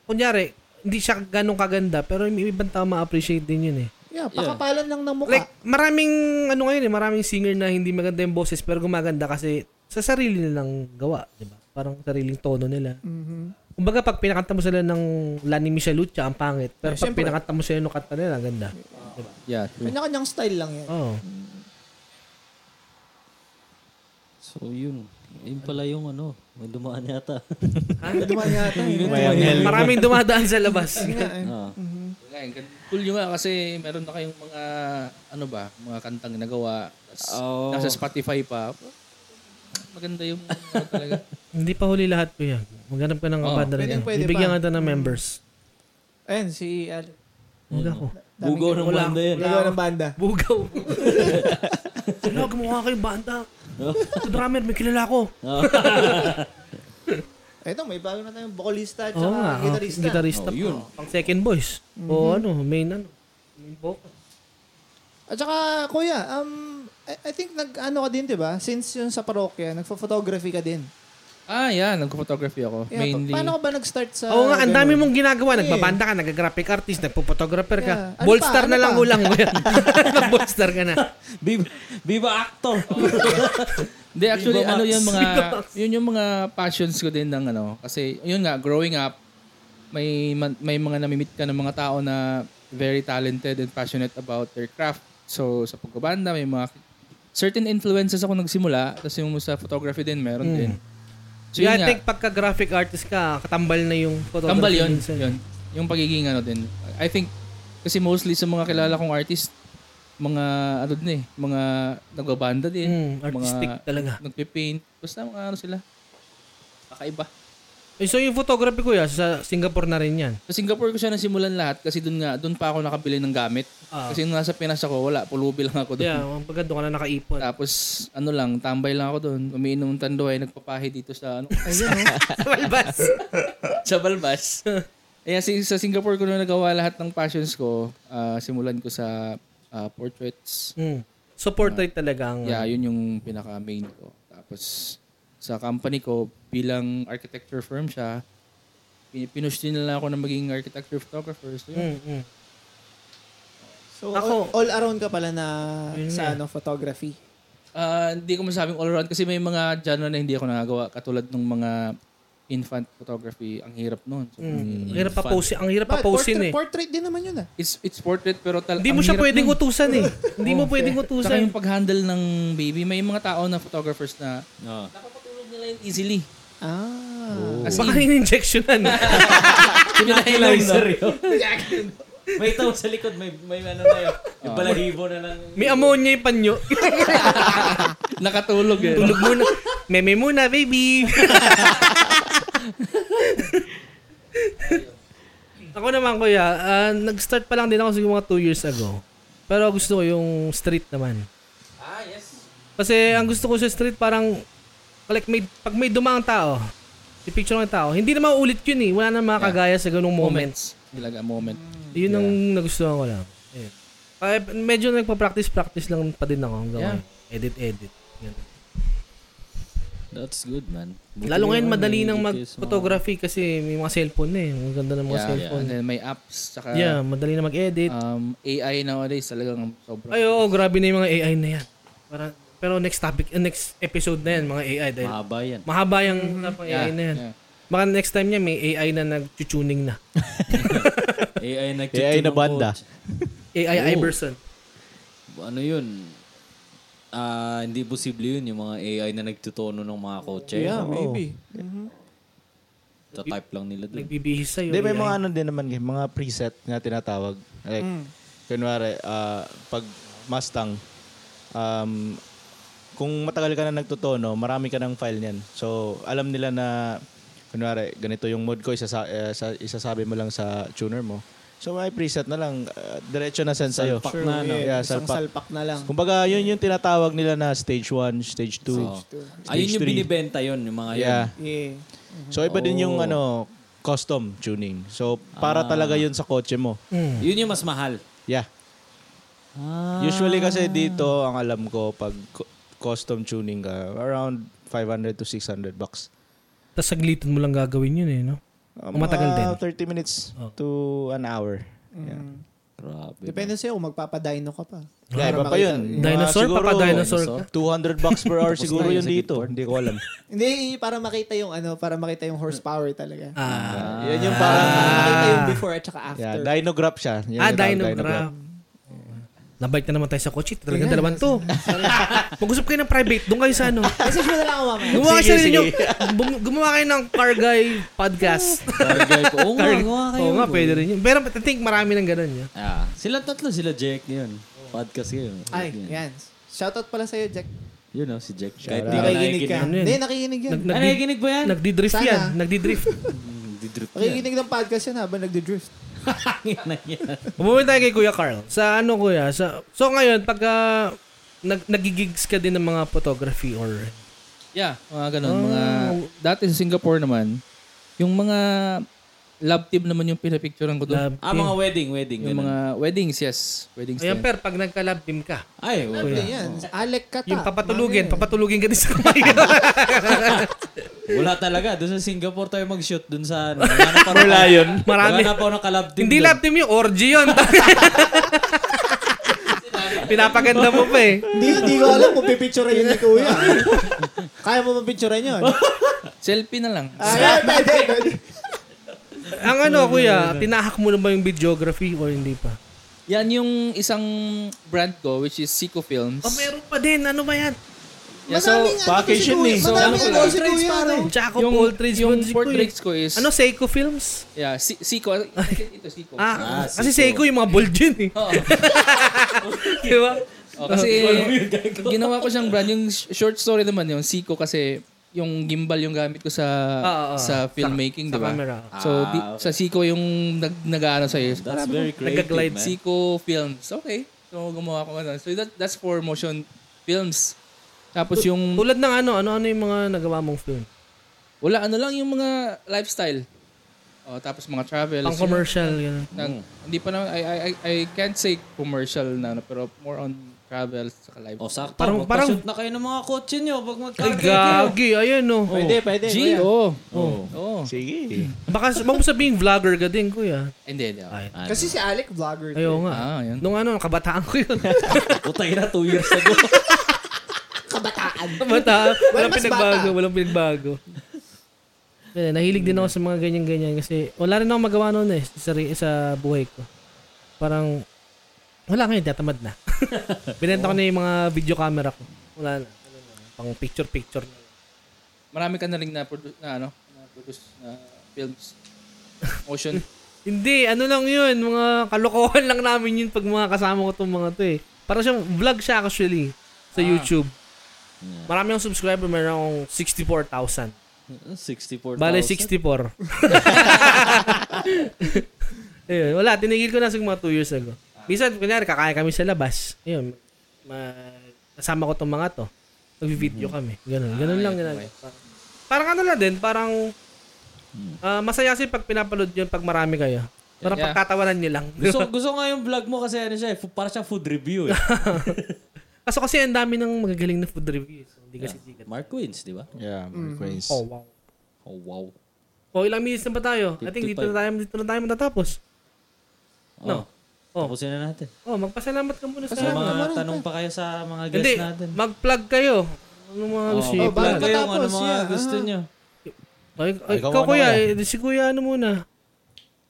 [SPEAKER 1] kunyari hindi siya ganong kaganda pero may ibang tao ma-appreciate din 'yun eh.
[SPEAKER 3] Yeah, pakapalan lang ng mukha.
[SPEAKER 1] Like maraming ano ngayon eh, maraming singer na hindi maganda 'yung boses pero gumaganda kasi sa sarili nilang gawa, 'di ba? Parang sariling tono nila.
[SPEAKER 3] Mhm.
[SPEAKER 1] Kumbaga, pag pinakanta mo sila ng Lani Michelle Lucha, ang pangit. Pero pag pinakanta mo sila ng kanta nila, ang ganda.
[SPEAKER 4] Yeah, true.
[SPEAKER 3] Kanya-kanyang style lang yan.
[SPEAKER 1] Oo.
[SPEAKER 2] So yun. Yun pala yung ano. May dumaan yata.
[SPEAKER 3] Dumaan yata. eh.
[SPEAKER 1] Maraming dumadaan sa labas.
[SPEAKER 2] Ah.
[SPEAKER 4] Yun nga, yung gan- Cool yung nga kasi meron na kayong mga ano ba, mga kantang nagawa. tas
[SPEAKER 2] Oo.
[SPEAKER 3] Oh.
[SPEAKER 4] Nasa Spotify pa. Maganda yung ano talaga.
[SPEAKER 1] Hindi pa huli lahat ko yan. Maghanap ka ng
[SPEAKER 4] Oo.
[SPEAKER 1] banda rin.
[SPEAKER 3] Pwedeng
[SPEAKER 1] yan.
[SPEAKER 3] pwede
[SPEAKER 1] Bibigyan
[SPEAKER 3] pa.
[SPEAKER 1] ka na ng members.
[SPEAKER 3] Ayun, si Al.
[SPEAKER 1] Huwag ako.
[SPEAKER 2] Bugaw ng
[SPEAKER 1] Wala-
[SPEAKER 2] banda yan.
[SPEAKER 3] Lalo ng banda.
[SPEAKER 1] Bugaw. Ano, gumawa kayo banda.
[SPEAKER 4] Oh.
[SPEAKER 1] Sa drummer, may kilala ko.
[SPEAKER 3] Ito, may bago na tayong vocalista at
[SPEAKER 1] Oo nga.
[SPEAKER 3] saka
[SPEAKER 1] oh,
[SPEAKER 3] gitarista. Mhm.
[SPEAKER 1] Gitarista. pa. Pang second voice. O ano, main ano. Main vocal.
[SPEAKER 3] At saka, kuya, um, I, I think nag-ano ka din, di ba? Since yun sa parokya, nagpo-photography ka din.
[SPEAKER 4] ah, yeah, nagpo-photography ako.
[SPEAKER 3] Yeah,
[SPEAKER 4] Mainly.
[SPEAKER 3] pa- paano ka ba nag-start sa...
[SPEAKER 1] Oo nga, ang dami mong ginagawa.
[SPEAKER 3] Eh.
[SPEAKER 1] Nagbabanda ka, nag-graphic artist, nagpo-photographer ka.
[SPEAKER 3] Yeah. Ano
[SPEAKER 1] Ball
[SPEAKER 3] pa?
[SPEAKER 1] star
[SPEAKER 3] Ano
[SPEAKER 1] na lang
[SPEAKER 3] pa?
[SPEAKER 1] ulang mo yan. Ball star ka na.
[SPEAKER 2] Viva, Viva actor!
[SPEAKER 4] Hindi, actually,
[SPEAKER 2] Viva Max.
[SPEAKER 4] ano yun mga, yun yung mga passions ko din ng ano. Kasi, yun nga, growing up, may, man- may mga namimit ka ng mga tao na very talented and passionate about their craft. So, sa pagbabanda, may mga certain influences ako nagsimula. Tapos yung sa photography din, meron din. So,
[SPEAKER 1] Hmm. yeah,
[SPEAKER 4] yun
[SPEAKER 1] I
[SPEAKER 4] nga,
[SPEAKER 1] think pagka graphic artist ka, katambal na yung photography. eh.
[SPEAKER 4] tambal yun,
[SPEAKER 1] minsan.
[SPEAKER 4] yun. Yung pagiging ano din. I think, kasi mostly sa mga kilala kong artist, mga ano din eh, mga nagbabanda din.
[SPEAKER 1] Mm, artistic
[SPEAKER 4] mga,
[SPEAKER 1] talaga.
[SPEAKER 4] nagpipaint. Basta mga ano sila. Kakaiba.
[SPEAKER 1] Eh, so yung photography ko yan, sa Singapore na rin yan.
[SPEAKER 4] Sa Singapore ko siya nasimulan lahat kasi doon nga, doon pa ako nakabili ng gamit. Kasi nung nasa Pinas ako, wala, pulubi lang ako doon.
[SPEAKER 1] Yeah, ang pagka doon ka na nakaipon.
[SPEAKER 4] Tapos ano lang, tambay lang ako doon. Umiinom ng tandoy, nagpapahi dito sa ano,
[SPEAKER 1] oh, Balbas.
[SPEAKER 4] sa Balbas. Eh si, sa Singapore ko na nagawa lahat ng passions ko. Ah, simulan ko sa ah, portraits.
[SPEAKER 1] mm. So portrait talaga ang...
[SPEAKER 4] Yeah, yun yung pinaka main ko. Tapos sa company ko bilang architecture firm siya, pin- pinush din nila ako na maging architecture photographer. So
[SPEAKER 1] Mm,
[SPEAKER 4] yun.
[SPEAKER 1] mm.
[SPEAKER 3] So,
[SPEAKER 1] Ako-
[SPEAKER 3] all, all around ka pala na sa ano, photography.
[SPEAKER 4] Ah, hindi ko masabing all around kasi may mga genre na hindi ako nagagawa katulad ng mga infant photography. Ang hirap noon. So,
[SPEAKER 1] Ang hirap pa posin, ang hirap pa
[SPEAKER 3] But
[SPEAKER 1] posin eh.
[SPEAKER 3] portrait, portrait din naman yun ah.
[SPEAKER 4] It's it's portrait pero tal
[SPEAKER 1] Hindi mo
[SPEAKER 4] ang
[SPEAKER 1] siya
[SPEAKER 4] hirap
[SPEAKER 1] pwedeng
[SPEAKER 4] nun. Oh,
[SPEAKER 1] utusan eh. Hindi mo pwedeng
[SPEAKER 4] Tsaka
[SPEAKER 1] utusan.
[SPEAKER 4] yung pag-handle ng baby, may mga tao na photographers na
[SPEAKER 2] Oo.
[SPEAKER 4] nakapatulog nila yun easily.
[SPEAKER 3] Ah.
[SPEAKER 4] As
[SPEAKER 1] Baka
[SPEAKER 4] in,
[SPEAKER 1] in-injectionan.
[SPEAKER 2] Fertilizer yun. may tao sa likod, may, may ano na yun. Yung balahibo na lang.
[SPEAKER 1] May ammonia yung panyo.
[SPEAKER 4] nakatulog eh.
[SPEAKER 1] Tulog muna. Meme muna, baby. ako naman, kuya, ah, nag-start pa lang din ako siguro mga 2 years ago. Pero gusto ko yung street naman.
[SPEAKER 4] Ah, yes.
[SPEAKER 1] Kasi ang gusto ko sa street parang like may pag may dumaang tao, i-picture ng tao, hindi na mauulit yun eh. Wala na makagaya sa ganung moments.
[SPEAKER 4] Moments. Talaga, moment.
[SPEAKER 1] Yun ang nagustuhan ko lang. Eh, medyo nagpa-practice-practice lang pa din ako hanggang
[SPEAKER 4] Yeah.
[SPEAKER 1] ngayon. Edit-edit. Ganun.
[SPEAKER 2] That's good, man. Buti
[SPEAKER 1] Lalo ngayon
[SPEAKER 2] naman, eh.
[SPEAKER 1] madali
[SPEAKER 2] may
[SPEAKER 1] nang
[SPEAKER 2] dito sa mga-
[SPEAKER 1] mag-photography kasi may mga cellphone na eh. Ang ganda ng mga
[SPEAKER 2] Yeah,
[SPEAKER 1] cellphone.
[SPEAKER 4] And then may apps, tsaka
[SPEAKER 1] Yeah, madali na mag-edit.
[SPEAKER 4] um, AI nowadays talagang sobrang...
[SPEAKER 1] Ay, oo, grabe na yung mga AI na yan. Parang, pero next topic, uh, next episode na yan, mga AI. Dahil
[SPEAKER 2] Mahaba yan.
[SPEAKER 1] mahaba yung usapang AI na yan.
[SPEAKER 4] yeah.
[SPEAKER 1] Baka next time niya may AI na nag-tuning na.
[SPEAKER 2] AI na
[SPEAKER 5] AI na banda.
[SPEAKER 1] AI Iverson.
[SPEAKER 2] Ano yun? Ah, hindi posible yun yung mga AI na nagtutono ng mga kotse.
[SPEAKER 3] Yeah, maybe.
[SPEAKER 2] Tatype lang nila dun.
[SPEAKER 1] Nagbibihis sa'yo.
[SPEAKER 5] Hindi, may
[SPEAKER 1] AI.
[SPEAKER 5] mga ano din naman, eh, mga preset nga tinatawag. Like,
[SPEAKER 2] Hmm.
[SPEAKER 5] kunwari, ah, pag Mustang, um, kung matagal ka na nagtutono, marami ka ng file niyan. So, alam nila na, kunwari, ganito yung mode ko, isasa- eh, sa- isasabi mo lang sa tuner mo. So, may preset na lang, ah, diretso na send sa'yo.
[SPEAKER 2] Salpak na, no?
[SPEAKER 5] Yeah,
[SPEAKER 3] Isang
[SPEAKER 5] salpak.
[SPEAKER 3] salpak na lang.
[SPEAKER 5] Kumbaga, yun yung tinatawag nila na stage 1, stage 2.
[SPEAKER 2] Ayun yung
[SPEAKER 5] three.
[SPEAKER 2] binibenta Ah, yun, yung mga yun.
[SPEAKER 5] Yeah.
[SPEAKER 3] Yeah.
[SPEAKER 5] So, iba din yung ano, custom tuning. So, para talaga yun sa kotse mo.
[SPEAKER 2] Yun yung mas mahal.
[SPEAKER 5] Yeah. Usually kasi dito, ang alam ko, pag cu- custom tuning ka, around 500 to 600 bucks.
[SPEAKER 1] Tapos saglitan mo lang gagawin yun eh, no?
[SPEAKER 5] Um,
[SPEAKER 1] Matagal din. Oh.
[SPEAKER 5] 30 minutes to an hour. Yeah.
[SPEAKER 2] Grabe.
[SPEAKER 3] Depende sa'yo kung magpapadino ka pa.
[SPEAKER 5] Yeah, Diba? iba pa yun. Mga
[SPEAKER 1] Dinosaur,
[SPEAKER 5] siguro,
[SPEAKER 1] papa-dinosaur ka.
[SPEAKER 5] 200 bucks per hour siguro yun dito. Hindi ko alam.
[SPEAKER 3] Hindi, para makita yung ano, para makita yung horsepower talaga.
[SPEAKER 1] Ah,
[SPEAKER 5] Yan yung parang...
[SPEAKER 3] Para makita yung before at saka
[SPEAKER 5] Yeah,
[SPEAKER 3] after.
[SPEAKER 5] dinograph siya. Yan
[SPEAKER 1] ah
[SPEAKER 5] yung tawag,
[SPEAKER 1] dinograph. Nabike na naman tayo sa kotse. Talagang dalawang to. Mag-usap kayo ng private. Doon kayo sa ano.
[SPEAKER 3] Message mo na lang ako mamaya.
[SPEAKER 1] Gumawa kayo
[SPEAKER 5] Sige,
[SPEAKER 1] sa
[SPEAKER 5] sige.
[SPEAKER 1] inyo. Bum- gumawa kayo ng Car Guy podcast.
[SPEAKER 2] Barangay ko. Oo nga, gawa kayo. eh.
[SPEAKER 1] Oo nga, pwede rin yun. Pero I think marami ng ganun yun.
[SPEAKER 2] Ah, sila tatlo, sila Jack yun. Podcast yun.
[SPEAKER 3] Ay,
[SPEAKER 2] Yun.
[SPEAKER 3] yan. Shoutout pala sa'yo, Jack.
[SPEAKER 2] Yun know, si Jack. Kahit di ka
[SPEAKER 3] Nakikinig
[SPEAKER 2] nakikinig.
[SPEAKER 3] ka.
[SPEAKER 1] Ano yun?
[SPEAKER 3] Hindi, nakikinig
[SPEAKER 1] Nag,
[SPEAKER 3] yan.
[SPEAKER 2] Ah,
[SPEAKER 1] nagdi-
[SPEAKER 2] nakikinig ba yan?
[SPEAKER 1] nagdi-drift
[SPEAKER 3] Sana.
[SPEAKER 1] yan. Nagdi-drift.
[SPEAKER 2] Nagdidrip yan.
[SPEAKER 3] Nakikinig ng podcast yan habang nagdi-drift.
[SPEAKER 2] Hangin na yan.
[SPEAKER 1] Bumili tayo kay Kuya Carl. Sa ano, Kuya? Sa, so ngayon, pagka nag, nagigigs ka din ng mga photography or...
[SPEAKER 4] Yeah, mga ganun. Mga,
[SPEAKER 1] Oh.
[SPEAKER 4] dati sa Singapore naman, yung mga love team naman yung pinapicturean ko doon.
[SPEAKER 1] Lab
[SPEAKER 2] Ah, mga wedding, wedding.
[SPEAKER 4] Yung
[SPEAKER 2] ganun.
[SPEAKER 4] mga weddings, yes. Weddings
[SPEAKER 1] Ayan,
[SPEAKER 4] din.
[SPEAKER 1] per, pag nagka-lab team ka,
[SPEAKER 2] Ay, wala.
[SPEAKER 3] Hindi yan. Alec Kata.
[SPEAKER 2] Ah,
[SPEAKER 1] yung papatulugin, papatulugin ka din sa kamay.
[SPEAKER 2] Wala talaga. Doon sa Singapore tayo mag-shoot. Doon sa ano. Wala na pa Wala yun.
[SPEAKER 1] Marami.
[SPEAKER 2] Wala na pa ako nakalab din.
[SPEAKER 1] Hindi
[SPEAKER 2] doon.
[SPEAKER 1] lab team yun, orgy yun. Pinapaganda mo pa eh.
[SPEAKER 3] Hindi, hindi ko alam kung pipicture yun ni Kuya. Kaya mo mapicture yun.
[SPEAKER 4] Selfie na lang.
[SPEAKER 3] Ah, pwede, pwede.
[SPEAKER 1] Ang ano, Kuya, tinahak mo na ba yung videography o hindi pa?
[SPEAKER 4] Yan yung isang brand ko, which is Seiko Films.
[SPEAKER 1] Oh, meron pa din. Ano ba yan?
[SPEAKER 4] Yeah, so,
[SPEAKER 3] Maraming ano kasi si
[SPEAKER 5] vacation
[SPEAKER 3] Kuya.
[SPEAKER 5] eh.
[SPEAKER 3] Maraming
[SPEAKER 4] So,
[SPEAKER 3] ano si Kuya. ano.
[SPEAKER 1] Jaco
[SPEAKER 4] yung,
[SPEAKER 1] Portraits.
[SPEAKER 4] yung
[SPEAKER 1] yun si Kuya.
[SPEAKER 4] portraits ko is,
[SPEAKER 1] Ano, Seiko Films?
[SPEAKER 4] yeah, Si- Seiko. Ito, Seiko.
[SPEAKER 1] Ah, kasi Seiko yung mga bold yun eh. Di ba?
[SPEAKER 4] Oh, kasi ginawa ko siyang brand. Yung sh- short story naman yung Seiko kasi yung gimbal yung gamit ko sa
[SPEAKER 1] Oo, oo.
[SPEAKER 4] sa filmmaking,
[SPEAKER 1] Ah, sa
[SPEAKER 4] di ba?
[SPEAKER 1] camera. Ah,
[SPEAKER 4] So, di, sa Siko yung nag, nag-ano sa'yo.
[SPEAKER 2] That's very creative,
[SPEAKER 1] Nagaglide
[SPEAKER 2] man.
[SPEAKER 4] Siko Films. Okay. So, gumawa ko ano. So, that, that's for motion films. Tapos yung,
[SPEAKER 1] Tulad ng ano, ano-ano yung mga nagawa mong film?
[SPEAKER 4] wala, ano lang yung mga lifestyle. O, tapos mga travel.
[SPEAKER 1] Pang commercial, yun.
[SPEAKER 4] Nag- Hindi pa naman, I, I, I, I can't say commercial na, ano, pero more on travel sa live.
[SPEAKER 2] O Oh, sakto,
[SPEAKER 1] Parang-
[SPEAKER 2] parang,
[SPEAKER 1] parang-
[SPEAKER 2] na kayo ng mga kotse nyo pag
[SPEAKER 1] Ay,
[SPEAKER 2] magkakit.
[SPEAKER 1] gagi. Ayan, no.
[SPEAKER 2] Pwede, pwede.
[SPEAKER 4] G, oo.
[SPEAKER 2] Oh.
[SPEAKER 4] Oo.
[SPEAKER 5] Sige.
[SPEAKER 1] Baka, baka mo sabihing vlogger ka din, kuya.
[SPEAKER 4] Hindi, hindi.
[SPEAKER 1] Ay.
[SPEAKER 2] Ano? eh.
[SPEAKER 3] Kasi si Alec vlogger.
[SPEAKER 1] Ayaw nga.
[SPEAKER 4] Ah, yun.
[SPEAKER 1] Nung ano, kabataan ko yun.
[SPEAKER 2] Utay na, two years ago.
[SPEAKER 3] Kabataan.
[SPEAKER 1] Bata.
[SPEAKER 3] Well,
[SPEAKER 1] Walang
[SPEAKER 3] mas
[SPEAKER 1] pinagbago.
[SPEAKER 3] bata.
[SPEAKER 1] Walang pinagbago. Eh, nahilig din ako sa mga ganyan-ganyan kasi wala rin ako magawa noon eh sa, sari- sa buhay ko. Parang, wala ngayon, tatamad na. Binenta ko na yung mga video camera ko. Wala na. Ano na, Pang picture-picture.
[SPEAKER 4] Marami ka na rin na, produ- na ano, na produce na films. Motion.
[SPEAKER 1] Hindi, ano lang yun. Mga kalokohan lang namin yun pag mga kasama ko tong mga to eh. Parang siyang vlog siya actually sa YouTube. Marami akong subscriber, meron akong 64,000.
[SPEAKER 2] 64,000.
[SPEAKER 1] Bale, 64. Ayun, wala, tinigil ko na sa mga 2 years ago. Minsan, kunyari, kakain kami sa labas. Ayun, ma- kasama ko tong mga to. Nag-video kami. Ganun, ganun lang. Ganun. Parang, parang ano lang din, parang ah, masaya kasi pag pinapalood yun pag marami kayo. Parang
[SPEAKER 4] Yeah.
[SPEAKER 1] pagkatawanan nyo lang.
[SPEAKER 2] Gusto, gusto nga yung vlog mo kasi ano siya eh, fu- para siyang food review eh.
[SPEAKER 1] Kaso kasi ang dami ng magagaling na food reviews. Hindi kasi sikat.
[SPEAKER 2] Mark Queens, di ba?
[SPEAKER 5] Yeah, Mark Queens.
[SPEAKER 1] Oh, wow.
[SPEAKER 2] Oh, wow.
[SPEAKER 1] O, ilang minutes na ba tayo? I think dito na tayo, dito na tayo matatapos.
[SPEAKER 2] No.
[SPEAKER 1] Oh.
[SPEAKER 2] Tapusin na natin.
[SPEAKER 1] Oh, magpasalamat ka muna sa
[SPEAKER 2] Sa mga tanong pa kayo sa mga guests
[SPEAKER 1] Hindi,
[SPEAKER 2] natin.
[SPEAKER 1] mag-plug kayo. Ano mga gusto
[SPEAKER 2] Oh,
[SPEAKER 1] niyo?
[SPEAKER 3] bago
[SPEAKER 2] i-plug kayo kung ano
[SPEAKER 3] matapos,
[SPEAKER 2] mga
[SPEAKER 3] yeah.
[SPEAKER 2] gusto
[SPEAKER 1] Ah.
[SPEAKER 2] nyo.
[SPEAKER 1] Ay, ay,
[SPEAKER 5] ikaw
[SPEAKER 1] ikaw
[SPEAKER 5] ano
[SPEAKER 1] kuya,
[SPEAKER 5] kaya?
[SPEAKER 1] eh, si kuya ano muna.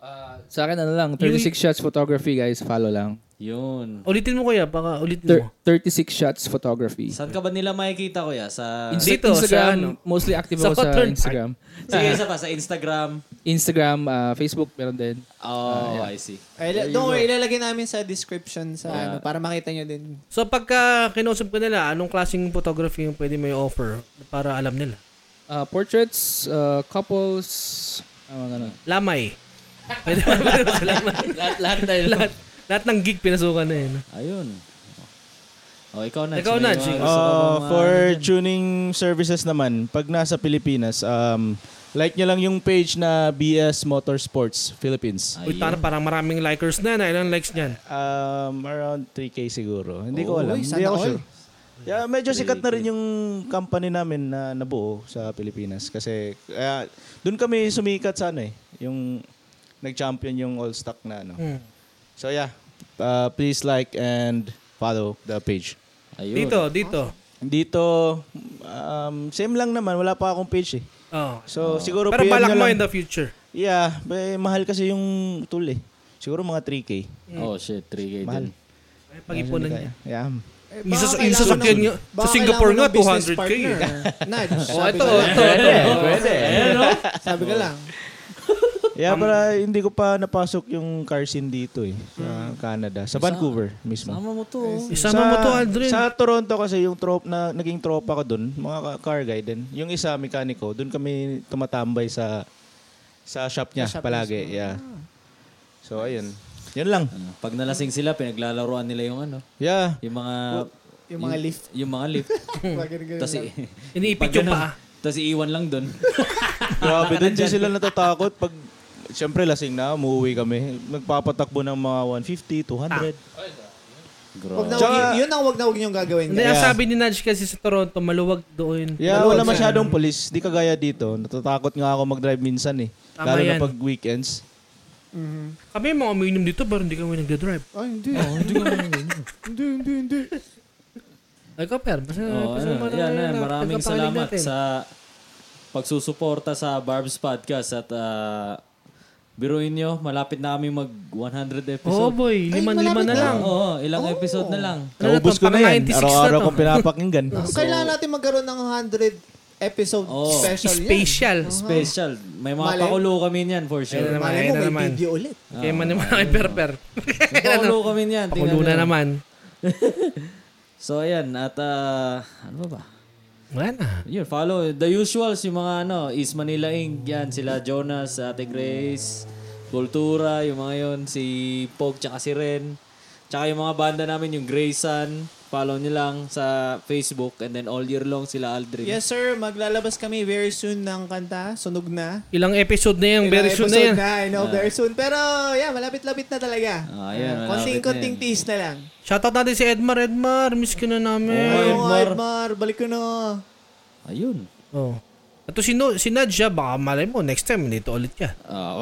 [SPEAKER 4] Ah, sa akin, ano lang, 36 shots photography, guys. Follow lang.
[SPEAKER 2] Yun.
[SPEAKER 1] Ulitin mo kuya, baka ulitin
[SPEAKER 4] Thir-
[SPEAKER 1] mo.
[SPEAKER 4] 36 shots photography.
[SPEAKER 2] Saan ka ba nila makikita kuya? Sa...
[SPEAKER 4] Insta-
[SPEAKER 1] Dito, sa
[SPEAKER 4] Instagram,
[SPEAKER 1] ano?
[SPEAKER 4] mostly active
[SPEAKER 1] Sa
[SPEAKER 4] ako sa
[SPEAKER 1] Pattern Park.
[SPEAKER 4] Instagram.
[SPEAKER 2] Sige, isa pa. Sa Instagram.
[SPEAKER 4] Instagram, ah, Facebook, meron din.
[SPEAKER 2] Oh, I see.
[SPEAKER 3] Ay, la- don't worry, ilalagay namin sa description sa ano, para makita nyo din.
[SPEAKER 1] So pagka kinusap ko nila, anong klaseng photography yung pwede mo i-offer para alam nila?
[SPEAKER 4] Ah, portraits, ah, couples, ah, mga ganun.
[SPEAKER 1] Lamay. Pwede mo pwede mo sa lamay.
[SPEAKER 4] lahat, lahat na yun.
[SPEAKER 1] lahat, lahat ng gig pinasukan na yun.
[SPEAKER 2] Ayun. Oh, ikaw na.
[SPEAKER 1] Ikaw, Nats.
[SPEAKER 5] Uh, for tuning services naman, pag nasa Pilipinas, um, like nyo lang yung page na BS Motorsports Philippines.
[SPEAKER 1] Uy, tara, parang maraming likers na na. Ilang likes niyan?
[SPEAKER 5] Um, around 3K siguro. Hindi
[SPEAKER 3] Oh,
[SPEAKER 5] ko alam.
[SPEAKER 3] uy,
[SPEAKER 5] Hindi
[SPEAKER 3] sana
[SPEAKER 5] ako
[SPEAKER 3] all.
[SPEAKER 5] sure. Yeah, medyo sikat na rin yung company namin na nabuo sa Pilipinas. Kasi kaya doon kami sumikat sa ano eh. Yung nag-champion yung all stock na
[SPEAKER 3] Hmm.
[SPEAKER 5] ano.
[SPEAKER 1] Hmm.
[SPEAKER 5] So yeah, uh, please like and follow the page.
[SPEAKER 2] Ayun.
[SPEAKER 1] Dito, dito.
[SPEAKER 5] Dito, um, same lang naman. Wala pa akong page eh.
[SPEAKER 1] Oh.
[SPEAKER 5] So siguro
[SPEAKER 1] Pero
[SPEAKER 5] PM
[SPEAKER 1] balak
[SPEAKER 5] nyo
[SPEAKER 1] mo
[SPEAKER 5] lang.
[SPEAKER 1] in the future.
[SPEAKER 5] Yeah, eh, mahal kasi yung tool eh. Siguro mga 3K.
[SPEAKER 1] Mm.
[SPEAKER 2] Oh, shit. 3K
[SPEAKER 5] Mahal.
[SPEAKER 2] din.
[SPEAKER 1] Ay, Pag-ipunan niya.
[SPEAKER 5] Yeah.
[SPEAKER 1] Hmm.
[SPEAKER 3] Eh,
[SPEAKER 1] Yung
[SPEAKER 3] baka
[SPEAKER 1] sa-
[SPEAKER 3] kailangan
[SPEAKER 1] yung sasakyan
[SPEAKER 3] ng-
[SPEAKER 1] nyo- sa
[SPEAKER 3] baka
[SPEAKER 1] Singapore
[SPEAKER 3] kailangan
[SPEAKER 1] nga,
[SPEAKER 3] ng business
[SPEAKER 1] 200K
[SPEAKER 3] partner. Nudge,
[SPEAKER 1] eh. Oh,
[SPEAKER 3] sabi
[SPEAKER 1] ito,
[SPEAKER 3] ko lang.
[SPEAKER 1] ito, ito.
[SPEAKER 3] Sabi ka lang.
[SPEAKER 1] Um,
[SPEAKER 5] Yeah, para hindi ko pa napasok yung car scene dito eh. Sa Canada. Sa Vancouver mismo.
[SPEAKER 2] Tama mo to. oh.
[SPEAKER 1] Isama Hmm. mo to, Aldrin.
[SPEAKER 5] Sa Toronto kasi yung trop na naging tropa ko doon, mga ka- car guy din. Yung isa mekaniko, doon kami tumatambay sa sa shop Ah. niya palagi. Yeah. So ayun. Yun lang.
[SPEAKER 2] Ano, Pag nalasing sila, pinaglalaroan nila yung ano.
[SPEAKER 5] Yeah.
[SPEAKER 2] Yung mga...
[SPEAKER 3] Yung mga lift.
[SPEAKER 2] Yung mga lift.
[SPEAKER 3] Tapos,
[SPEAKER 2] Tapos i...
[SPEAKER 1] Iniipit
[SPEAKER 2] pag
[SPEAKER 1] yung
[SPEAKER 2] ganun,
[SPEAKER 1] paa.
[SPEAKER 2] Tapos iiwan lang doon.
[SPEAKER 5] Grabe, doon din sila natatakot pag Siyempre, lasing na, umuwi kami. Nagpapatakbo ng mga 150, 200.
[SPEAKER 1] Ah.
[SPEAKER 3] wag na,
[SPEAKER 2] Grabe.
[SPEAKER 3] wag,
[SPEAKER 5] Tsaka-
[SPEAKER 3] yun ang wag na wag niyong gagawin.
[SPEAKER 1] Hindi, ang sabi ni Nudge kasi sa Toronto, maluwag doon.
[SPEAKER 5] Yeah,
[SPEAKER 3] Dalawa
[SPEAKER 5] wala
[SPEAKER 3] siya.
[SPEAKER 5] masyadong polis. Di kagaya dito. Natatakot nga ako mag-drive minsan eh.
[SPEAKER 1] Tama
[SPEAKER 5] Lalo
[SPEAKER 1] yan.
[SPEAKER 5] na pag weekends.
[SPEAKER 1] Mm-hmm.
[SPEAKER 3] Mhm.
[SPEAKER 1] Kami mga umiinom dito pero hindi kami nagdadrive.
[SPEAKER 3] Ay, Ah, hindi.
[SPEAKER 2] Oh,
[SPEAKER 3] hindi Hindi, hindi, hindi.
[SPEAKER 1] Ay, kapar. Basta,
[SPEAKER 2] Oh,
[SPEAKER 1] basta
[SPEAKER 2] ano,
[SPEAKER 1] mga-
[SPEAKER 2] yan, yan, maraming
[SPEAKER 1] nagpapakinig
[SPEAKER 2] salamat
[SPEAKER 1] natin.
[SPEAKER 2] sa pagsusuporta sa Barb's Podcast at ah, biruin nyo, malapit na kami mag 100
[SPEAKER 1] Oh
[SPEAKER 2] episode.
[SPEAKER 1] boy, liman-lima na lang.
[SPEAKER 2] Oo, ilang episode na lang.
[SPEAKER 1] Ano na
[SPEAKER 5] Naubos
[SPEAKER 1] to?
[SPEAKER 5] ko na
[SPEAKER 1] Parang
[SPEAKER 5] yan.
[SPEAKER 1] 96 na
[SPEAKER 5] Araw-araw
[SPEAKER 1] to.
[SPEAKER 5] kong pinapakinggan.
[SPEAKER 3] Kailangan natin magkaroon ng 100 episode
[SPEAKER 1] Oh.
[SPEAKER 2] Oo.
[SPEAKER 3] special yan.
[SPEAKER 1] Special.
[SPEAKER 2] Special. May mga
[SPEAKER 3] Malay.
[SPEAKER 2] pakulo kami niyan for sure.
[SPEAKER 1] naman,
[SPEAKER 3] Malay
[SPEAKER 1] ayun
[SPEAKER 3] mo,
[SPEAKER 1] na
[SPEAKER 3] may
[SPEAKER 1] naman.
[SPEAKER 3] video ulit.
[SPEAKER 1] Kaya man naman kay Perper. Ano?
[SPEAKER 2] Pakulo kami niyan. tingnan
[SPEAKER 1] Pakulo na
[SPEAKER 2] nyo.
[SPEAKER 1] naman.
[SPEAKER 2] So ayan, at ah, ano ba ba?
[SPEAKER 1] Wala na.
[SPEAKER 2] Yun, follow. The usuals, yung mga ano, East Manila Inc. Yan, sila Jonas, Ate Grace, Kultura, yung mga yun, si Pog, tsaka si Ren. Tsaka yung mga banda namin, yung Grayson, follow nyo lang sa Facebook. And then all year long, sila Aldrin.
[SPEAKER 3] Yes sir, maglalabas kami very soon ng kanta. Sunog na.
[SPEAKER 1] Ilang episode na yan, very
[SPEAKER 3] Ilang
[SPEAKER 1] soon na yan. Ah.
[SPEAKER 3] episode I know, very soon. Pero yeah, malapit-lapit na talaga.
[SPEAKER 2] Ah, yan, malapit
[SPEAKER 3] Konting-konting tease na lang.
[SPEAKER 1] Shoutout natin si Edmar. Edmar, miss ka na
[SPEAKER 2] Oh,
[SPEAKER 1] namin.
[SPEAKER 3] Oo, Edmar. balik ko na.
[SPEAKER 2] Ayun.
[SPEAKER 1] Oh. At si, no, si Nadja, baka malay mo, next time, nandito ulit siya.
[SPEAKER 2] Ah,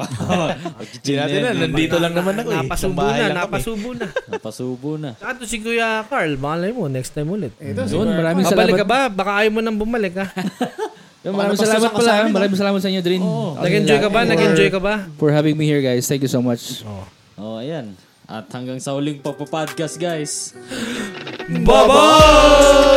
[SPEAKER 5] Hindi natin na, nandito lang naman ako eh. Sa
[SPEAKER 1] Napasubo
[SPEAKER 5] bahay
[SPEAKER 1] na,
[SPEAKER 5] lang kami.
[SPEAKER 1] napasubo na.
[SPEAKER 2] napasubo na.
[SPEAKER 1] At to si Kuya Carl, malay mo, next time ulit.
[SPEAKER 4] Yun, Eh, maraming
[SPEAKER 1] Babalik ka ba?
[SPEAKER 4] salamat.
[SPEAKER 1] Baka ayaw mo nang bumalik ha.
[SPEAKER 4] Yun, maraming salamat pala. ha? Maraming salamat sa inyo, Drin.
[SPEAKER 1] Nag-enjoy ka ba? Nag-enjoy ka ba?
[SPEAKER 4] For having me here, guys. Thank you so much.
[SPEAKER 2] Oh, ayan. At hanggang sa uling pagpa-podcast, guys.
[SPEAKER 1] Bye-bye!